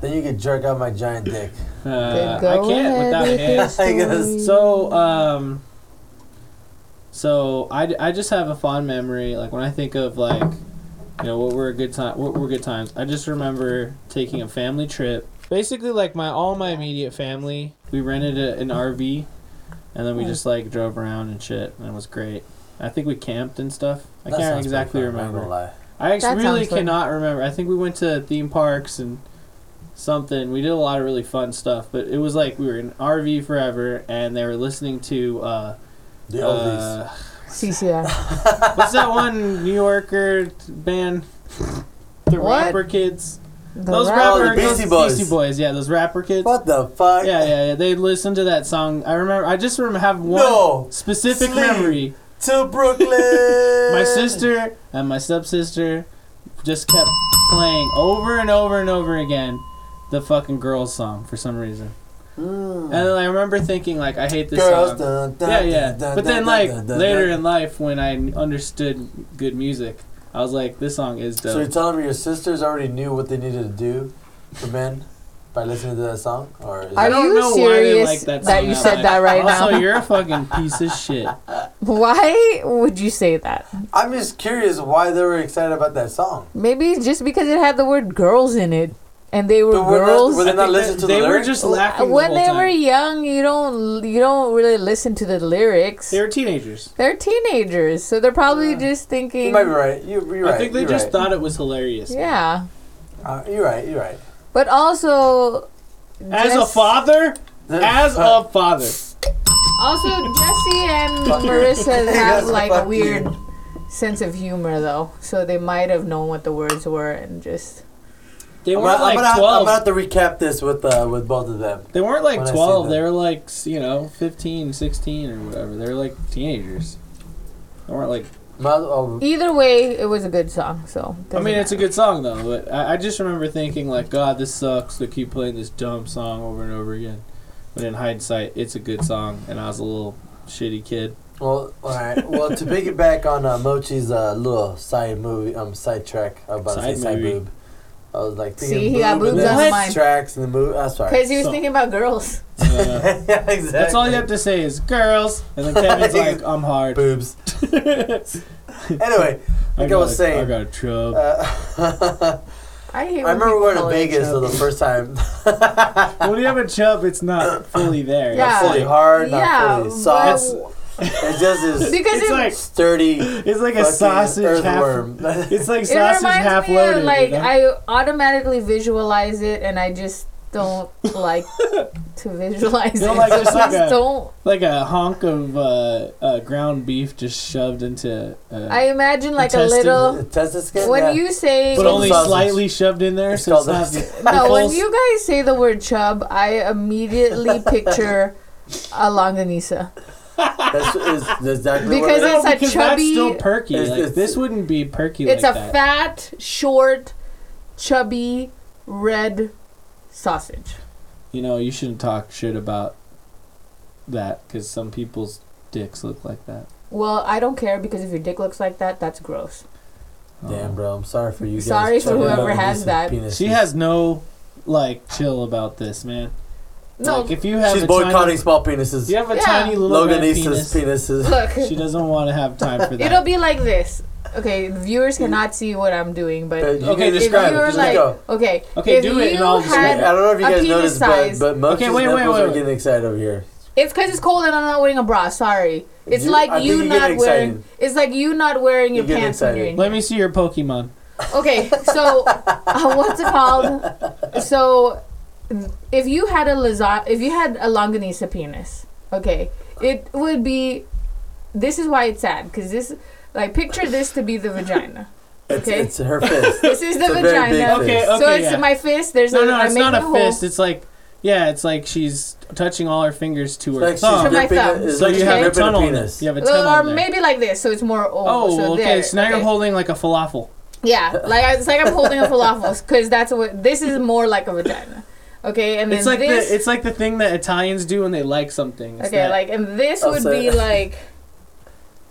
S2: then you could jerk out my giant dick.
S3: Uh,
S4: Then
S3: I
S4: go
S3: can't
S4: ahead
S3: without a
S4: with
S3: hand.
S4: your
S2: I guess
S4: story.
S3: So, um, so I, I just have a fond memory. Like when I think of like, you know, what were a good time, what were good times. I just remember taking a family trip. Basically, like my all my immediate family, we rented a, an RV,
S2: Mm.
S3: and then we just like drove around and shit, and it was great. I think we camped and stuff.
S2: That
S3: I can't
S2: sounds pretty
S3: exactly
S2: fun, I'm not gonna
S3: remember.
S2: lie.
S3: I actually
S4: That
S3: really
S4: sounds fun.
S3: cannot remember. I think we went to theme parks and something. We did a lot of really fun stuff, but it was like we were in RV forever, and they were listening to uh,
S2: The oldies.
S3: uh
S4: CCR.
S3: what's that one New Yorker band? The
S4: What?
S3: rapper kids.
S4: The
S3: Those
S4: rat-
S2: Oh, the
S3: rapper those
S2: Beastie Boys.
S3: Beastie Boys. Yeah, those rapper kids.
S2: What the fuck?
S3: Yeah, yeah, yeah. They listened to that song. I remember. I just remember have one
S2: No.
S3: specific
S2: Sleep.
S3: memory.
S2: To Brooklyn.
S3: my sister and my stepsister just kept playing over and over and over again the fucking girls song for some reason.
S2: Mm.
S3: And then I remember thinking like I hate this
S2: Girls.
S3: song.
S2: Dun, dun,
S3: yeah, yeah.
S2: dun, dun,
S3: but then
S2: dun,
S3: like
S2: dun, dun,
S3: later
S2: dun.
S3: in life when I understood good music, I was like this song is
S2: So you're
S3: dope.
S2: telling me your sisters already knew what they needed to do for men by listening to that song, or is
S4: I
S3: I
S2: that-
S4: don't-
S3: don't
S4: Are you
S3: know why they
S4: serious
S3: like that song.
S4: that you said
S3: much.
S4: that right
S3: also,
S4: now?
S3: you're a fucking piece of shit.
S4: Why would you say that?
S2: I'm just curious why they were excited about that song.
S4: Maybe just because it had the word girls in it, and they were
S2: But we're not-
S4: girls.
S2: we're Did they
S3: I
S2: not
S3: think
S2: listen
S3: that
S2: to the
S3: They were
S2: lyrics?
S3: just laughing
S4: when
S3: the
S4: they
S3: whole
S4: were
S3: time.
S4: young, you don't you don't really listen to the lyrics.
S3: They were teenagers.
S4: They're teenagers, so they're probably just thinking.
S2: You might be right. You, you're right.
S3: I think they
S2: you're
S3: just
S2: right.
S3: thought it was hilarious.
S4: Yeah,
S2: Uh, you're right. You're right.
S4: but also.
S3: As a
S4: Jess-
S3: father, as
S2: Uh,
S3: a father.
S4: Also, Jesse and
S2: Fuck you.
S4: Marissa have
S2: Yes,
S4: like a
S2: fuck you.
S4: weird sense of humor, though, so they might have known what the words were and just.
S3: They
S2: I'm
S3: weren't
S2: gonna, I'm
S3: like
S2: gonna have- I'm
S3: 12.
S2: gonna have to recap this with uh, with both of them.
S3: they weren't
S2: when
S3: like
S2: I see
S3: 12. They
S2: them.
S3: were like, s- you know, 15, 16 or whatever. They were like teenagers. They weren't like.
S2: Mother, oh,
S4: Either way, it was a good song. So
S3: I mean,
S4: doesn't
S3: it's a good song though, but I, I just remember thinking like, God, this sucks. They keep playing this dumb song over and over again. But in hindsight, it's a good song, and I was a little shitty kid.
S2: well, all right. Well, to piggyback on uh, Mochi's uh, little side movie, um, sidetrack about to say
S3: Side
S2: side
S3: movie.
S2: boob. I was like
S4: See,
S2: thinking
S4: he got
S2: boob and
S4: boobs
S2: then
S4: on mine.
S2: Tracks and the movie. I'm sorry.
S4: Because he was
S3: So-
S4: thinking about girls.
S3: Uh,
S2: yeah, exactly.
S3: that's all you have to say is girls, and then Kevin's like, I'm hard.
S2: Boobs. Anyway, like I,
S3: got
S2: was
S3: a-
S2: saying.
S3: I got a trub.
S2: uh,
S4: I hate.
S2: I
S4: when
S2: remember
S4: people
S2: going to
S4: call it
S2: Vegas for
S4: joke.
S2: the first time. Uh,
S3: when you have a chub, it's not fully there.
S4: Yeah.
S2: fully hard, not
S4: Yeah,
S2: fully
S4: but-
S2: soft. It's just this
S4: because
S3: It's
S4: it,
S3: like-
S2: sturdy
S3: It's like a
S2: fucking
S3: sausage half.
S2: earthworm.
S3: It's like
S4: it
S3: sausage half
S4: reminds me
S3: loaded.
S4: of like
S3: you know?
S4: I automatically visualize it, and I just don't like to visualize
S3: You don't
S4: it.
S3: like
S4: so
S3: just like
S4: just
S3: a-
S4: don't.
S3: like a honk of uh, uh, ground beef just shoved into. Uh,
S4: I imagine like a
S3: Intestine.
S4: little.
S2: Test the skin.
S4: When
S2: yeah.
S4: you say
S3: but
S2: it's
S3: only
S2: sausage.
S3: slightly shoved in there,
S2: It's
S3: so it's
S2: called
S3: not.
S2: that.
S3: the
S4: no,
S3: full
S4: when you guys say the word chub, I immediately picture a longanisa.
S2: that's, is, that's exactly
S3: s-
S4: Because
S2: what
S3: no,
S4: it's a
S3: because
S4: chubby-
S3: that's still perky.
S2: It's-
S3: like,
S2: it's-
S3: this wouldn't be perky
S4: It's
S3: like
S4: a
S3: that.
S4: fat, short, chubby, red sausage.
S3: you know, you shouldn't talk shit about that because some people's dicks look like that.
S4: Well, I don't care because if your dick looks like that, that's gross.
S3: Oh.
S2: Damn, bro, I'm sorry for you. Guys
S4: Sorry for
S2: Talking about
S4: whoever has
S2: Lisa's
S4: that.
S2: penis.
S3: She has no like chill about this, man.
S4: No,
S3: Like if you have
S2: She's
S3: a
S2: boycotting
S3: tiny,
S2: small
S3: you
S2: penises.
S3: have a
S4: Yeah.
S3: tiny little
S2: Logan
S3: red
S2: Lisa's
S3: penis.
S2: penises.
S4: look,
S3: She doesn't want to have time for that.
S4: it'll be like this. Okay, viewers cannot see what I'm doing,
S2: Mm-hmm. Uh,
S4: but
S2: you
S3: Okay,
S2: can
S3: if
S2: describe
S4: you
S2: it.
S4: were
S2: Just
S4: like-
S2: go.
S4: okay.
S3: Okay,
S4: if
S3: do it
S4: you
S3: and I'll
S2: I
S4: had-
S2: don't know if you
S4: a
S2: guys
S4: penis
S2: noticed,
S4: size.
S2: but, but most
S3: Okay, wait, wait,
S2: nipples
S3: wait,
S2: are
S3: wait.
S2: getting excited over here.
S4: It's because it's cold and I'm not wearing a bra. Sorry. It's
S2: You- I
S4: like
S2: think
S4: you
S2: you're getting
S4: not wearing.
S2: excited.
S4: It's like you not wearing your
S2: You're getting
S4: pants when
S2: excited.
S4: you're in
S3: Let me see your Pokemon.
S4: Okay, so uh, what's it called? So if you had a lasagna, if you had a longanisa penis, okay, it would be. This is why it's sad because this, like, picture this to be the vagina,
S2: It's,
S4: Okay.
S2: it's her fist.
S4: This is the
S2: It's a very big
S4: vagina.
S3: Okay,
S2: fist.
S3: okay.
S4: so it's
S3: yeah.
S4: my fist. There's
S3: No,
S4: a,
S3: no,
S4: I
S3: it's
S4: make
S3: not
S4: a
S3: a
S4: hole.
S3: fist. It's like, yeah, it's like she's touching all her fingers to her
S2: Like she's
S3: thumb.
S4: my
S2: ripping it-
S4: thumb.
S2: it's
S3: so
S2: like
S3: you
S2: she's
S3: have a
S2: ripping
S3: tunnel. in it.
S2: penis.
S3: You have a tunnel
S4: Or
S3: there.
S4: maybe like this, so it's more oval.
S3: Oh,
S4: so
S3: okay.
S4: There.
S3: So now
S4: okay.
S3: you're holding like a falafel.
S4: Yeah, like I- it's like I'm holding a falafel because that's what this is more like a vagina. Okay, and then
S3: It's like
S4: this.
S3: the it's like the thing that Italians do when they like something. It's
S4: okay,
S3: that-
S4: like and this
S2: I'll
S4: would
S2: say
S4: be
S2: it.
S4: like.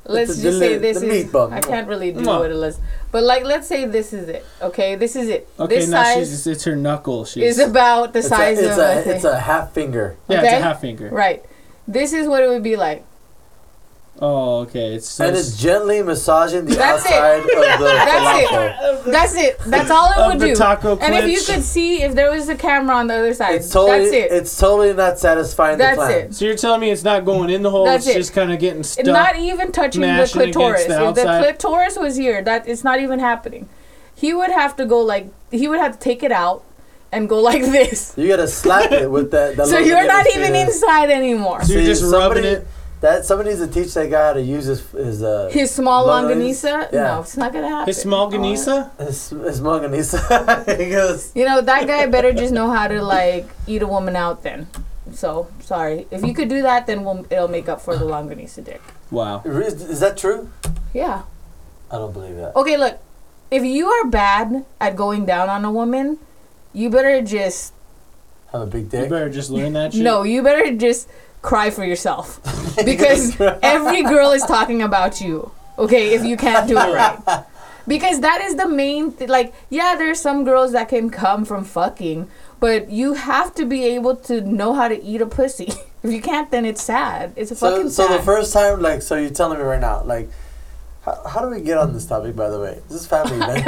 S4: Let's
S2: the-
S4: just
S2: the
S4: say
S2: li-
S4: this
S2: the
S4: is.
S2: meat bun.
S4: I can't really do
S3: Mwah.
S4: what it is, but like let's say this is it. Okay, this is it.
S3: okay,
S4: this
S3: now
S4: size
S3: she's it's her knuckle. She's
S4: is about the
S2: It's a,
S4: size
S2: it's,
S4: of
S2: a,
S4: thing.
S2: it's a half finger.
S3: yeah, it's a
S4: okay.
S3: half finger.
S4: right. This is what it would be like.
S3: Oh, okay. It's so
S2: and it's gently massaging the
S4: That's it.
S2: outside of the
S4: That's it.
S2: falafel.
S4: That's it. That's all it
S3: Of
S4: would
S3: the
S4: do.
S3: taco
S4: and if you
S3: clips.
S4: could see, if there was a camera on the other side,
S2: It's totally,
S4: that's it.
S2: It's totally not satisfying
S4: That's
S2: the clam.
S4: it.
S3: so you're telling me it's not going in the hole.
S4: That's
S3: it's
S4: it.
S3: just kind of getting stuck.
S4: It's not even touching the
S3: mashing against
S4: clitoris.
S3: the
S4: if the
S3: outside.
S4: clitoris was here, that it's not even happening. He would have to go like he would have to take it out and go like this.
S2: You gotta slap it with that. that
S4: So
S2: little
S4: you're not
S2: penis
S4: even
S2: penis.
S4: inside anymore.
S3: So you're just rubbing
S2: somebody-
S3: it.
S2: That somebody needs to teach that guy how to use his his uh
S4: His small
S2: Mona
S4: longanisa?
S2: Yeah.
S4: No, it's not gonna happen.
S3: It's small ganisa.
S2: his, his manganisa. he goes.
S4: You know that guy better just know how to like eat a woman out then. So sorry, if you could do that, then we'll, it'll make up for the longanisa dick.
S3: Wow.
S2: Is, is that true?
S4: Yeah.
S2: I don't believe that.
S4: Okay, look. If you are bad at going down on a woman, you better just
S2: Have a big
S3: You
S2: dick.
S3: better just learn that shit.
S4: No, you better just cry for yourself because every girl is talking about you. Okay, if you can't do it right. Because that is the main th- like yeah, there's some girls that can come from fucking, but you have to be able to know how to eat a pussy. If you can't, then it's sad. It's a
S2: So,
S4: fucking
S2: so
S4: sad.
S2: the first time, like, so you're telling me right now, like, how, how do we get on this topic? By the way, this is family event.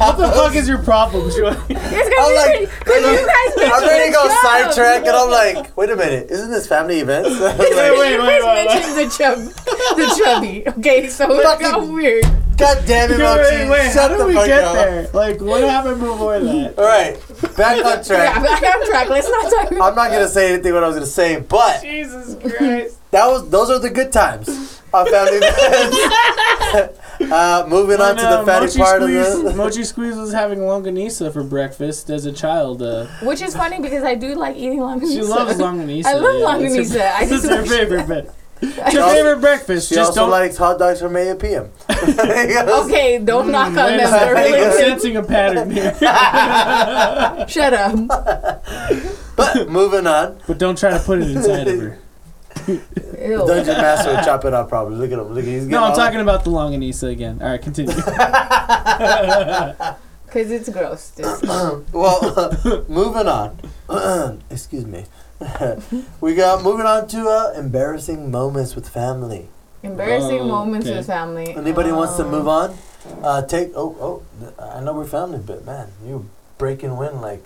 S3: What the fuck is your problem, Joy?
S4: It's
S2: I'm
S4: 'cause you-
S2: like,
S4: 'cause you guys make
S2: I'm ready to
S4: the
S2: go
S4: chub.
S2: sidetrack, and I'm like, wait a minute, isn't this family events?
S3: Wait,
S2: like,
S3: wait,
S4: You
S3: wait,
S4: guys
S3: wait,
S4: mentioned the chub, the chubby. Okay, so it
S2: Fucking-
S4: got weird.
S2: God damn it,
S3: wait,
S2: Mochi,
S3: wait. How
S2: shut
S3: did
S2: the
S3: we
S2: fuck
S3: get
S2: up.
S3: there? Like, what happened before that?
S2: All right, back on
S4: Yeah,
S2: track.
S4: back on track. Let's not talk about
S2: I'm not gonna say anything what I was gonna say, but
S3: Jesus Christ.
S2: that was those are the good times of family events. uh, moving on
S3: And,
S2: to
S3: uh,
S2: the fatty
S3: Mochi
S2: part
S3: Squeeze,
S2: of the.
S3: Mochi Squeeze was having longanisa for breakfast as a child. Uh,
S4: Which is funny because I do like eating longanisa.
S3: she loves longanisa.
S4: I love
S3: yeah, that's her-
S4: longanisa. I
S3: This
S4: just
S3: is her favorite bit. It's
S2: also-
S3: her favorite breakfast.
S2: She
S3: Just
S2: also
S3: don't.
S2: likes hot dogs from 8 p.m.
S4: okay. Don't knock on
S3: Mm, Wait a second,
S4: them. They're
S2: minute.
S3: I'm
S4: really
S3: sensing a pattern here.
S4: good. Shut up.
S2: But moving on,
S3: but don't try to put it inside of her.
S4: Ew.
S2: Dungeon Master would chop it up probably. Look at him. Look at he's getting
S3: No, I'm
S2: all-
S3: talking about the longanisa again. All right, continue.
S4: Cause it's gross. Just-
S2: well, moving on. Excuse me. we got moving on to uh, embarrassing moments with family.
S4: Embarrassing
S3: Oh,
S4: moments
S3: okay.
S4: with family.
S2: Anybody wants to
S4: Um,
S2: move on? Uh, take. Oh, oh. I know we're family, but man, you breaking wind like.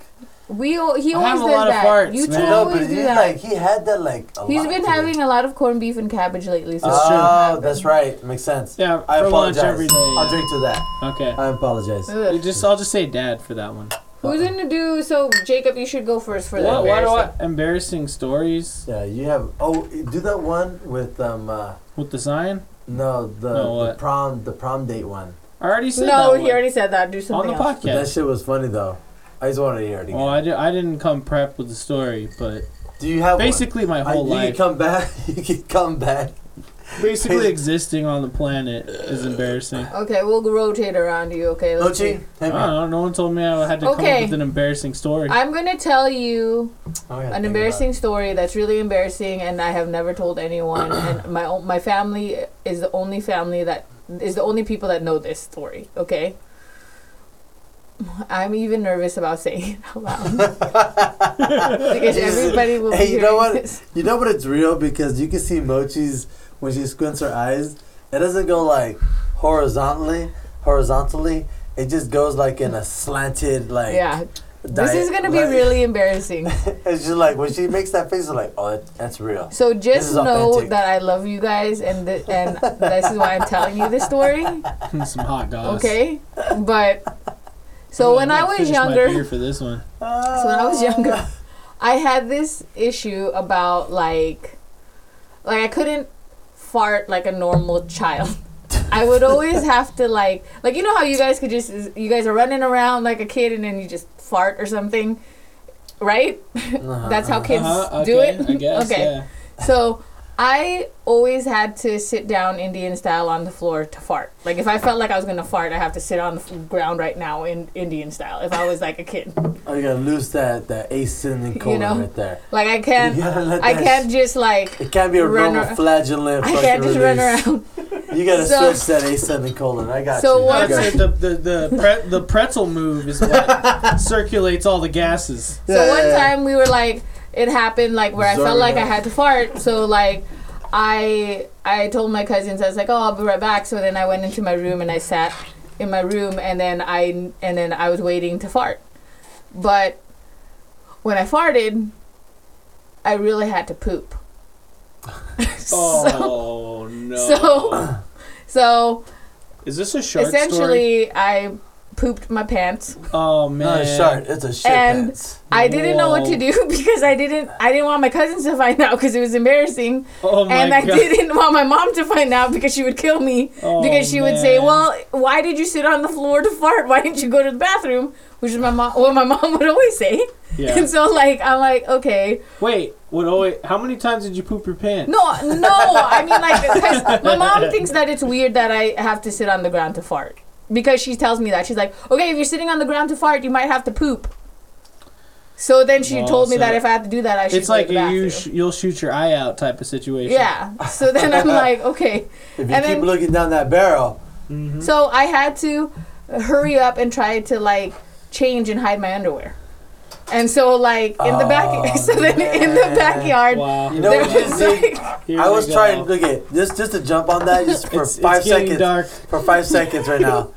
S4: We al- he
S3: I have
S4: always
S3: a
S4: does
S3: lot of
S4: that.
S3: farts,
S4: you two
S3: man. I
S2: No,
S4: always
S2: but
S4: do
S2: he
S4: that.
S2: like he had that like. A
S4: He's
S2: lot
S4: been
S2: today.
S4: having a lot of corned beef and cabbage lately. So
S3: That's true.
S2: Oh, that's right. Makes sense.
S3: Yeah,
S2: I
S3: for lunch
S2: apologize.
S3: every day.
S2: I'll
S3: yeah.
S2: drink to that.
S3: Okay.
S2: I apologize.
S3: You
S4: Ugh.
S3: just, I'll just say dad for that one.
S4: Who's gonna do? So Jacob, you should go first for that.
S3: What? Why do I? Embarrassing stories
S2: Yeah, you have. Oh, do that one with um. Uh,
S3: with the sign?
S2: no, the,
S3: No,
S2: the
S3: what?
S2: prom the prom date one.
S3: I already said that
S4: No,
S3: one.
S4: he already said that. Do
S3: on
S4: something
S3: the
S4: else.
S2: But That
S3: podcast.
S2: shit was funny though. I just wanted to hear it again.
S3: Well, I, di- I didn't come prepped with the story, but
S2: Do you have one?
S3: basically my
S2: I-
S3: whole
S2: you can
S3: life,
S2: come back. You can come back.
S3: basically existing on the planet is embarrassing.
S4: Okay, we'll rotate around you. Okay, let's see.
S2: Mochi,
S3: I
S2: hit me.
S3: don't know. No one told me I had to come up
S4: Okay.
S3: with an embarrassing story.
S4: I'm gonna tell you
S2: Oh, yeah,
S4: an
S2: think
S4: embarrassing story that's really embarrassing, and I have never told anyone. and my o- my family is the only family that is the only people that know this story. Okay. I'm even nervous about saying it out loud because everybody will.
S2: Hey,
S4: be
S2: you know
S4: hearing
S2: what?
S4: this.
S2: You know, but it's real because you can see Mochi's when she squints her eyes. It doesn't go like horizontally, horizontally. It just goes like in a slanted, like.
S4: Yeah, this
S2: diet-
S4: is gonna be
S2: like-
S4: really embarrassing.
S2: It's just like when she makes that face, I'm like, oh, that, that's real.
S4: So just
S2: is
S4: know
S2: authentic.
S4: that I love you guys, and th- and this is why I'm telling you this story.
S3: Some hot goss.
S4: Okay, but so
S3: I'm
S4: when I
S3: gonna
S4: was
S3: finish my
S4: younger,
S3: beer for this one.
S4: so when I
S2: Ah.
S4: was younger, I had this issue about like, like I couldn't fart like a normal child. I would always have to like like you know how you guys could just you guys are running around like a kid and then you just fart or something, right? That's how kids
S3: Uh-huh,
S4: do
S3: okay,
S4: it.
S3: I guess.
S4: okay.
S3: Yeah.
S4: So I always had to sit down Indian style on the floor to fart. Like if I felt like I was gonna fart, I have to sit on the f- ground right now in Indian style. If I was like a kid,
S2: Oh, you gotta lose that that ascending colon
S4: know?
S2: right there.
S4: like I can't,
S2: You gotta let
S4: I
S2: that
S4: can't just like
S2: It can't be a
S4: run
S2: normal
S4: ar-
S2: flagellant.
S4: I
S2: fucking
S4: can't just run
S2: release.
S4: around.
S2: You gotta
S4: So-
S2: switch that ascending colon. I got
S4: So
S2: you.
S4: what-
S2: I got
S3: That's
S2: you.
S3: it. The, the, the, pre- the pretzel move is what circulates all the gases.
S4: So
S2: Yeah,
S4: one
S2: yeah, yeah.
S4: time we were like, it happened like where I felt
S2: Sorry,
S4: like I
S2: guys.
S4: had to fart. So like, I I told my cousins I was like, oh, I'll be right back. So then I went into my room and I sat in my room and then I and then I was waiting to fart, but when I farted, I really had to poop.
S3: Oh no!
S4: So so
S3: is this a shark story?
S4: essentially, I pooped my pants.
S3: Oh
S2: Not
S3: man!
S2: a shark. It's a shit
S4: And-
S2: pants.
S4: I didn't know what
S3: Whoa.
S4: to do because I didn't I didn't want my cousins to find out because it was embarrassing.
S3: Oh my
S4: and I
S3: god!
S4: didn't want my mom to find out because she would kill me
S3: Oh,
S4: because she would say,
S3: man.
S4: "Well, why did you sit on the floor to fart? Why didn't you go to the bathroom?" Which is my mom, what my mom would always say.
S3: Yeah.
S4: And so, like, I'm like, okay,
S3: Wait. What? Oh, wait. How many times did you poop your pants?
S4: no, no. I mean, like, 'cause my mom thinks that it's weird that I have to sit on the ground to fart because she tells me that she's like, okay, if you're sitting on the ground to fart, you might have to poop. So then she
S3: Well,
S4: told me
S3: so
S4: that if I had to do that, I should.
S3: It's like
S4: go to the
S3: a you
S4: bathroom.
S3: sh- you'll shoot your eye out type of situation.
S4: Yeah. So then I'm like, okay.
S2: If you
S4: and
S2: keep
S4: then-
S2: looking down that barrel,
S3: Mm-hmm.
S4: So I had to hurry up and try to like change and hide my underwear. And so like in the back
S2: Oh,
S4: so then in the
S2: man.
S4: backyard
S3: Wow.
S2: you know
S4: there
S2: what you
S4: was
S2: see.
S4: like
S3: Here
S2: I
S3: we
S2: was
S3: go.
S2: trying. Look at just just to jump on that just for
S3: It's,
S2: five
S3: it's getting
S2: seconds.
S3: dark.
S2: For five seconds right now,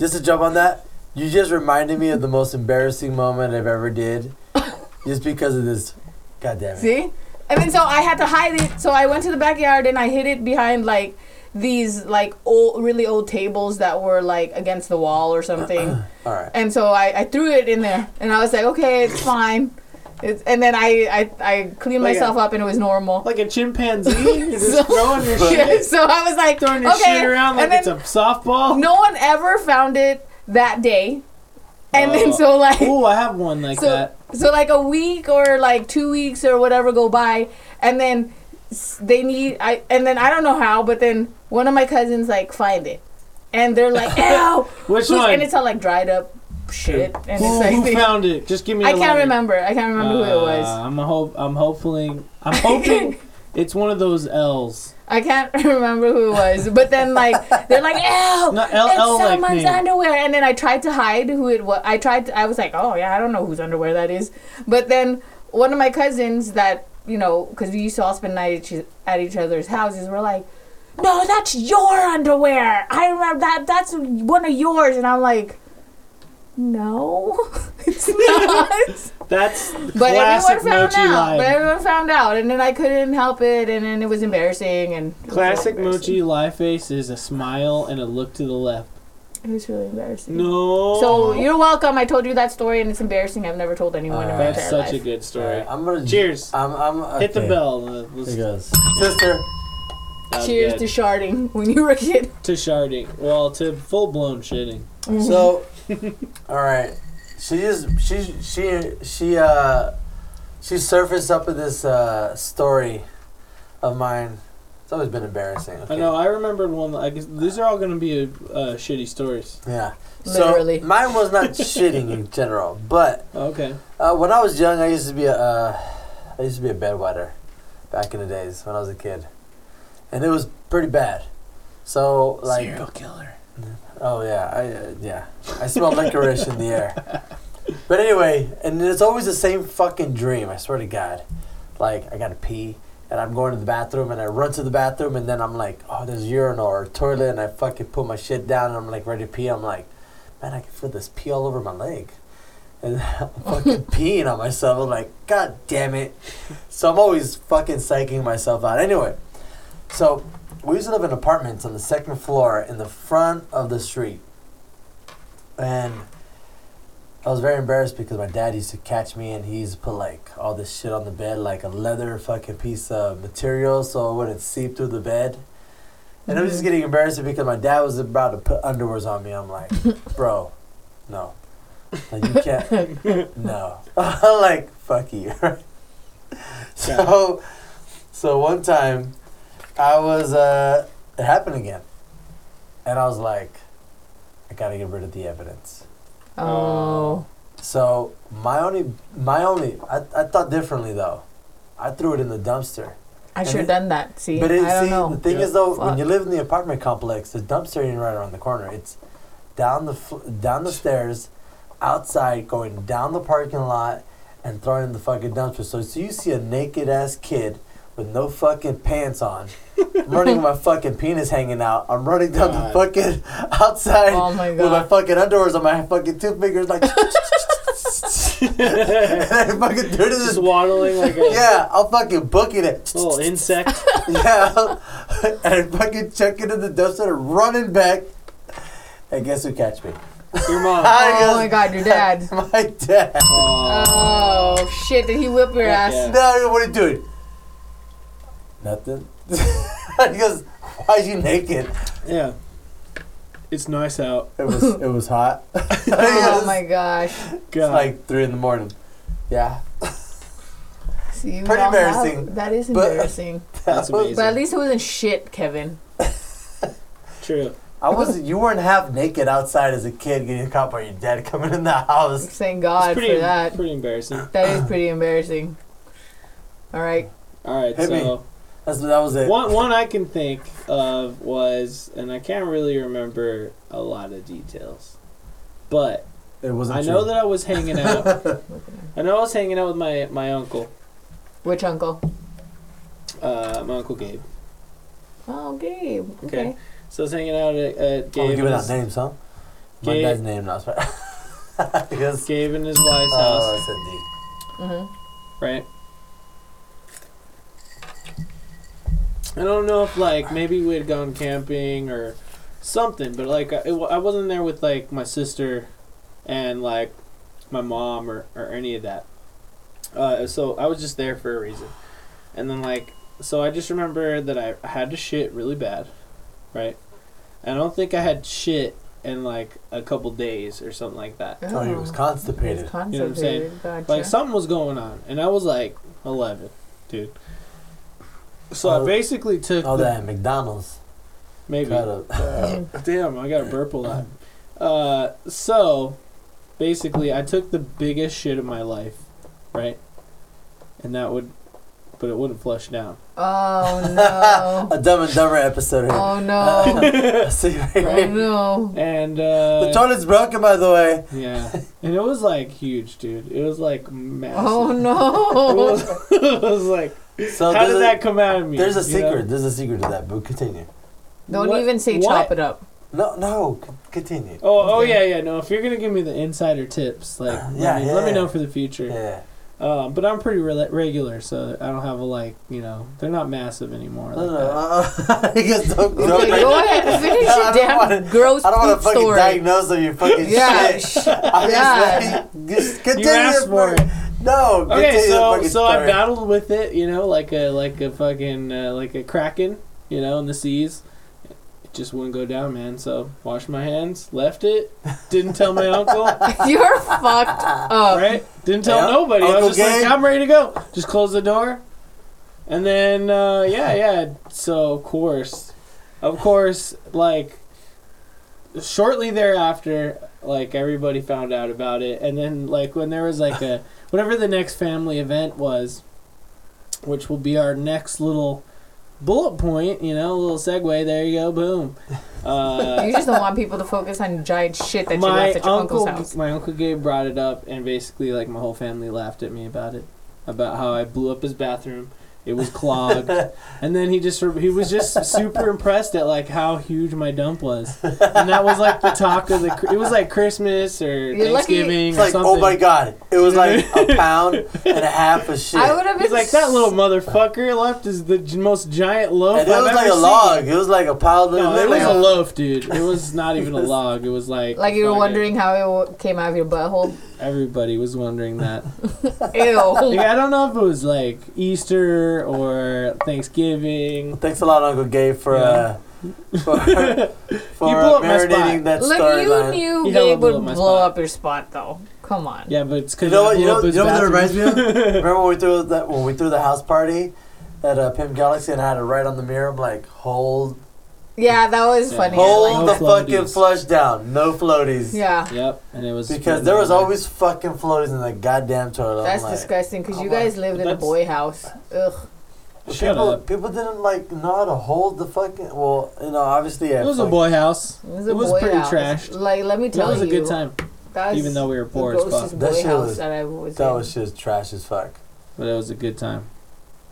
S2: just to jump on that. You just reminded me of the most embarrassing moment I've ever did, just because of this. God damn it!
S4: see? And then so I had to hide it. So I went to the backyard and I hid it behind like these like old really old tables that were like against the wall or something.
S2: All right.
S4: and so I, I threw it in there and I was like, Okay, it's fine. It's, and then I, I, I cleaned
S3: Like a-
S4: myself up and it was normal.
S3: Like a chimpanzee, you're just
S4: So-
S3: throwing your shit,
S4: Yeah, so I was like,
S3: throwing your
S4: okay.
S3: shit around like
S4: and then
S3: it's a softball.
S4: no one ever found it that day. And then
S3: Oh.
S4: so like
S3: Oh, I have one like
S4: so,
S3: that.
S4: so like a week or like two weeks or whatever go by and then s- they need I and then I don't know how, but then one of my cousins like find it. And they're like, "Ew."
S3: Which
S4: who's-"
S3: one?
S4: And it's all like dried up shit and it's
S3: Who,
S4: like
S3: who
S4: they-
S3: found it? Just give me.
S4: I
S3: a
S4: can't
S3: letter.
S4: remember. I can't remember who it was.
S3: Uh, I'm a hope. I'm hopefully. I'm hoping it's one of those L's.
S4: I can't remember who it was, but then like they're like, "Ew,
S3: Not L-
S4: it's
S3: L like
S4: someone's
S3: name.
S4: underwear," and then I tried to hide who it was. I tried. To, I was like, "Oh yeah, I don't know whose underwear that is," but then one of my cousins that you know, because we used to all spend night at each- at each other's houses, were like, "No, that's your underwear. I remember that. That's one of yours," and I'm like. No, it's not.
S3: That's
S4: But
S3: classic
S4: everyone found
S3: mochi
S4: out.
S3: live.
S4: But everyone found out, and then I couldn't help it, and then it was embarrassing. And it was
S3: Classic
S4: embarrassing.
S3: mochi lie face is a smile and a look to the left.
S4: It was really embarrassing.
S3: No.
S4: So you're welcome. I told you that story, and it's embarrassing. I've never told anyone in my
S3: Ah, That's
S4: entire
S3: such
S4: life.
S3: a good
S2: All
S3: story.
S2: right. I'm gonna.
S3: Cheers.
S2: I'm. I'm.
S3: Hit the
S2: okay.
S3: bell. Uh, let's-
S2: Here goes. Sister.
S3: I'm
S4: Cheers to
S3: good.
S4: sharding when you were a kid.
S3: to sharding. Well, to full blown shitting.
S2: So, all right, she just she she she uh she surfaced up with this uh story of mine. It's always been embarrassing. Okay?
S3: I know. I remembered one. I guess these are all going to be uh, shitty stories.
S2: Yeah.
S4: Literally.
S2: So mine was not shitting in general, but
S3: Okay.
S2: uh, when I was young, I used to be a uh, I used to be a bedwetter back in the days when I was a kid, and it was pretty bad. So like
S3: killer.
S2: Oh yeah, I uh, yeah. I smell licorice in the air. But anyway, and it's always the same fucking dream. I swear to God, like I gotta pee, and I'm going to the bathroom, and I run to the bathroom, and then I'm like, oh, there's a urinal or a toilet, and I fucking put my shit down, and I'm like ready to pee. I'm like, man, I can feel this pee all over my leg, and I'm fucking peeing on myself. I'm like, god damn it. So I'm always fucking psyching myself out. Anyway, so we used to live in apartments on the second floor in the front of the street. And I was very embarrassed because my dad used to catch me and he used to put like all this shit on the bed, like a leather fucking piece of material so it wouldn't seep through the bed. And I'm just getting embarrassed because my dad was about to put underwears on me. I'm like, bro, no. Like, you can't. no. I'm like, fuck you. so, so one time, I was, uh, it happened again. And I was like, I gotta get rid of the evidence.
S4: Oh.
S2: So my only, my only, I, I thought differently though. I threw it in the dumpster.
S4: I
S2: And
S4: should
S2: it-
S4: have done that. See,
S2: But it,
S4: I don't
S2: see,
S4: know.
S2: the thing
S3: Yeah.
S2: is though, when
S4: Fuck.
S2: you live in the apartment complex, the dumpster ain't right around the corner. It's down the fl- down the stairs, outside, going down the parking lot, and throwing in the fucking dumpster. So, so you see a naked ass kid with no fucking pants on, running with my fucking penis hanging out. I'm running down
S3: God.
S2: the fucking outside
S4: Oh my
S2: with my
S4: god.
S2: fucking underwears on my fucking two fingers, like. and I fucking threw it in this.
S3: Just waddling like a
S2: Yeah, I'm fucking booking it.
S4: Oh
S3: little insect.
S2: Yeah, and fucking chuck it in the dumpster, running back. And guess who catch me?
S3: Your mom.
S2: I
S4: Oh my god, your dad.
S2: guess My dad.
S3: Oh.
S4: Oh shit! Did he whip your
S3: Fuck
S4: ass?
S3: yeah.
S2: No, what are you doing? Nothing. he goes, "Why you naked?"
S3: Yeah. It's nice out.
S2: It was it was hot.
S4: Oh my gosh!
S2: It's
S3: God.
S2: like three in the morning. Yeah,
S4: See, we
S2: Pretty
S4: all have-
S2: embarrassing,
S4: that is
S2: but-
S4: embarrassing.
S3: That's
S2: That was-
S3: amazing.
S4: But at least it wasn't shit, Kevin.
S3: True.
S2: I was. You weren't half naked outside as a kid, getting caught by your dad coming in the house.
S4: Thank
S3: It's
S4: God
S3: pretty,
S4: for that.
S3: pretty embarrassing.
S4: That is pretty embarrassing. All right.
S3: All right,
S2: Hit me.
S3: so
S2: That's that was it.
S3: one one I can think of was, and I can't really remember a lot of details, but
S2: It wasn't.
S3: I
S2: true.
S3: know that I was hanging out. I know I was hanging out with my my uncle,
S4: Which uncle?
S3: uh, my uncle Gabe.
S4: Oh, Gabe. Okay.
S3: Okay. So I was hanging out at, at
S2: I'm
S3: Gabe,
S2: giving
S3: and
S2: out
S3: his,
S2: names, huh? My
S3: Gabe-
S2: dad's name, not Because
S3: Gabe and his wife's
S2: Oh,
S3: house,
S2: it's a D.
S4: Mm-hmm.
S3: right? I don't know if like maybe we had gone camping or something, but like I, it, wa- I wasn't there with like my sister and like my mom or, or any of that. Uh, so I was just there for a reason, and then like so I just remember that I had to shit really bad, right? And I don't think I had shit in like a couple days or something like that.
S2: Oh,
S4: Uh-huh.
S2: he was constipated.
S3: You know what I'm saying?
S4: Gotcha.
S3: Like something was going on, and I was like eleven, dude. So I
S2: Oh.
S3: basically took
S2: Oh,
S3: the-
S2: that McDonald's.
S3: maybe.
S2: Got a-
S3: Damn, I got a burp a lot. Uh, so basically, I took the biggest shit of my life, right? And that would, but it wouldn't flush down.
S4: oh no.
S2: a Dumb and Dumber episode here.
S4: oh no.
S2: See,
S4: Oh
S2: right here.
S4: no.
S3: And
S2: The
S3: uh,
S2: toilet's broken, by the way.
S3: yeah, and it was like huge, dude. It was like massive.
S4: Oh
S3: It
S4: no.
S3: was, it was like,
S2: So
S3: how
S2: Oh, there's
S3: did
S2: a,
S3: that come out of me?
S2: There's a
S3: you know?
S2: secret. There's a secret to that, but continue.
S4: Don't
S3: What-
S4: even say
S3: what?
S4: chop it up.
S2: No, no, c- continue.
S3: Oh, oh
S4: Okay.
S3: yeah, yeah. No, if you're gonna give me the insider tips, like,
S2: Uh, Yeah,
S3: let, me, let me
S2: yeah.
S3: know for the future.
S2: Yeah.
S3: Um, but I'm pretty re- regular, so I don't have a like, you know, they're not massive anymore.
S2: No,
S3: like
S2: no.
S3: that.
S2: Uh, I guess don't, don't
S4: Okay,
S2: like-
S4: go ahead and finish
S2: No, I
S4: your
S2: don't
S4: damn
S2: wanna-
S4: gross
S2: I don't want
S4: poop
S2: to fucking
S4: story.
S2: diagnose of your fucking
S4: yeah.
S2: shit. I'm
S4: sh-
S2: just
S4: yeah.
S2: letting- just continue.
S3: asked for it.
S2: No,
S3: Okay,
S2: continue the
S3: so
S2: fucking
S3: so I
S2: story.
S3: battled with it, you know, like a like a fucking uh, like a kraken, you know, in the seas. It just wouldn't go down, man. So washed my hands, left it, didn't tell my uncle,
S4: You're fucked up.
S3: right? Didn't tell
S2: Yeah,
S3: nobody. I
S2: Uncle
S3: was just
S2: Gabe.
S3: like, I'm ready to go. Just close the door, and then uh, yeah, yeah. So of course, of course, like shortly thereafter, like everybody found out about it, and then like when there was like a whatever the next family event was, which will be our next little bullet point, you know, little segue. There you go, boom. Uh,
S4: You just don't want people to focus on giant shit that you left at your uncle's house.
S3: my uncle Gabe brought it up, and basically, like my whole family laughed at me about it, about how I blew up his bathroom. It was clogged, and then he just he was just super impressed at like how huge my dump was, and that was like the talk of the. cr- It was like Christmas or
S4: You're lucky-
S3: Thanksgiving
S2: It's
S3: or
S2: like,
S3: something.
S2: oh my god, it was like a pound and a half of shit.
S4: I would have
S3: He's
S4: been
S3: like that little motherfucker left is the j- most giant loaf.
S2: and it
S3: I've
S2: was
S3: ever
S2: like a
S3: seen."
S2: log. It was like a pile of
S3: No, it was
S2: like
S3: a loaf, dude. It was not even a log. It was like
S4: Like you were
S3: fucking-
S4: wondering how it w- came out of your butthole.
S3: Everybody was wondering that.
S4: Ew.
S3: Like, I don't know if it was like Easter or Thanksgiving.
S2: Thanks a lot, Uncle Gabe, for
S3: Yeah.
S2: uh, for, for
S3: blew up my
S2: marinating
S3: spot.
S2: that
S4: Look, you
S2: storyline.
S4: knew
S3: You held a
S4: Gabe
S3: little
S4: would
S3: my
S4: blow
S3: spot.
S4: up your spot, though. Come on.
S3: Yeah, but it's because
S2: You know what? You know, you know what that reminds me of? Remember when we threw that when we threw the house party at uh, Pimp Galaxy and I had it right on the mirror. I'm like, hold,
S4: Yeah, that was
S3: Yeah.
S4: funny. I
S2: hold
S4: like
S2: the
S4: that.
S3: No
S2: fucking
S3: floaties.
S2: flush down. No floaties.
S4: Yeah.
S3: Yep, and it was
S2: Because there was always fucking floaties in the goddamn toilet. I'm
S4: That's
S2: like,
S4: disgusting because you
S2: I'm like,
S4: guys lived in a
S3: that's-
S4: boy house. Ugh.
S2: But
S3: Shut
S2: people,
S3: up.
S2: people didn't like know how to hold the fucking. Well, you know, obviously, yeah,
S3: It was a
S2: fuck-
S3: boy house.
S4: It was,
S3: It
S4: a
S3: was
S4: boy
S3: pretty
S4: house.
S3: trashed.
S4: Like, let me
S3: That
S4: tell you.
S3: was a good time,
S4: That's
S3: even though we were
S4: the
S3: poor as
S4: grossest
S3: fuck.
S2: That
S4: boy
S2: shit
S4: house
S2: was-
S4: that I was
S2: That
S4: in.
S2: was just trash as fuck.
S3: But it was a good time.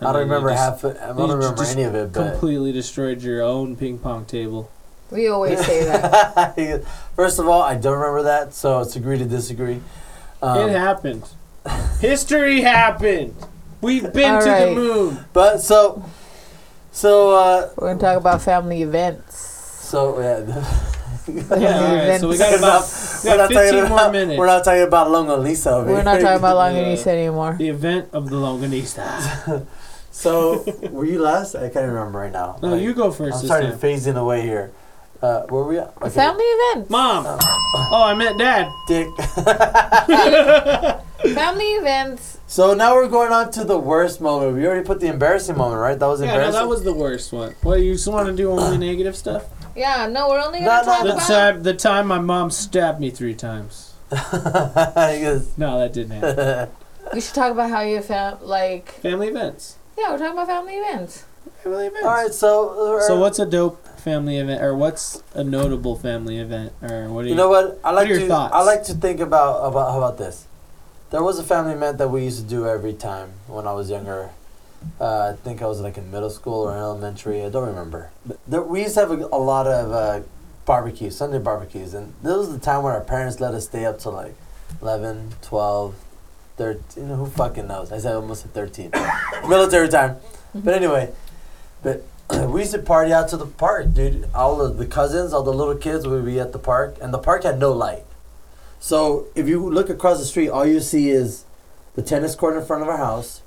S2: I don't
S3: And you
S2: remember
S3: just
S2: half. It, I
S3: you
S2: don't remember
S3: just
S2: any of it. But
S3: Completely destroyed your own ping pong table.
S4: we always say that.
S2: First of all, I don't remember that, so it's agree to disagree.
S3: it
S2: Um,
S3: happened. History happened. We've been
S4: All
S3: to the
S4: right.
S3: moon.
S2: but so, so, uh,
S4: We're gonna talk about family events.
S2: so yeah.
S3: Yeah, all right, so we got
S2: We're
S3: about
S2: not-
S3: we got 15 more
S2: about,
S3: minutes.
S2: We're not talking about Longa Lisa over
S4: We're
S2: here.
S4: not talking about
S3: Yeah.
S4: Longanisa anymore.
S3: the event of the Longanista.
S2: So, were you last? I can't remember right now.
S3: No,
S2: Like,
S3: you go
S2: I'm
S3: first this
S2: starting
S3: time.
S2: phasing away here. Uh, where were we at?
S4: A Family events.
S3: Mom. Oh, I meant dad.
S2: Dick.
S4: Family events.
S2: So now we're going on to the worst moment. We already put the embarrassing moment, right? That was
S3: Yeah, no,
S2: embarrassing.
S3: that was the worst one. What you just want to do only negative stuff?
S4: Yeah, no, we're only
S2: No,
S4: gonna
S2: no,
S4: talk
S2: no.
S3: The
S4: about.
S3: time, the time my mom stabbed me three times.
S2: Yes.
S3: No, that didn't happen.
S4: We should talk about how you found. Like,
S3: family events.
S4: yeah, we're talking about family events.
S3: Family events.
S2: All right, so uh,
S3: So what's a dope family event, or what's a notable family event, or what do you?
S2: You know what? I
S3: What are
S2: like
S3: your
S2: to
S3: thoughts?
S2: I like to think about about how about this. There was a family event that we used to do every time when I was younger. Uh, I think I was like in middle school or elementary. I don't remember. But there, we used to have a, a lot of uh, barbecues, Sunday barbecues, and this was the time when our parents let us stay up till like 11, 12, 13. Who fucking knows? I said almost at 13. Military time. But anyway, but we used to party out to the park, dude. All of the cousins, all the little kids would be at the park, and the park had no light. So if you look across the street, all you see is the tennis court in front of our house.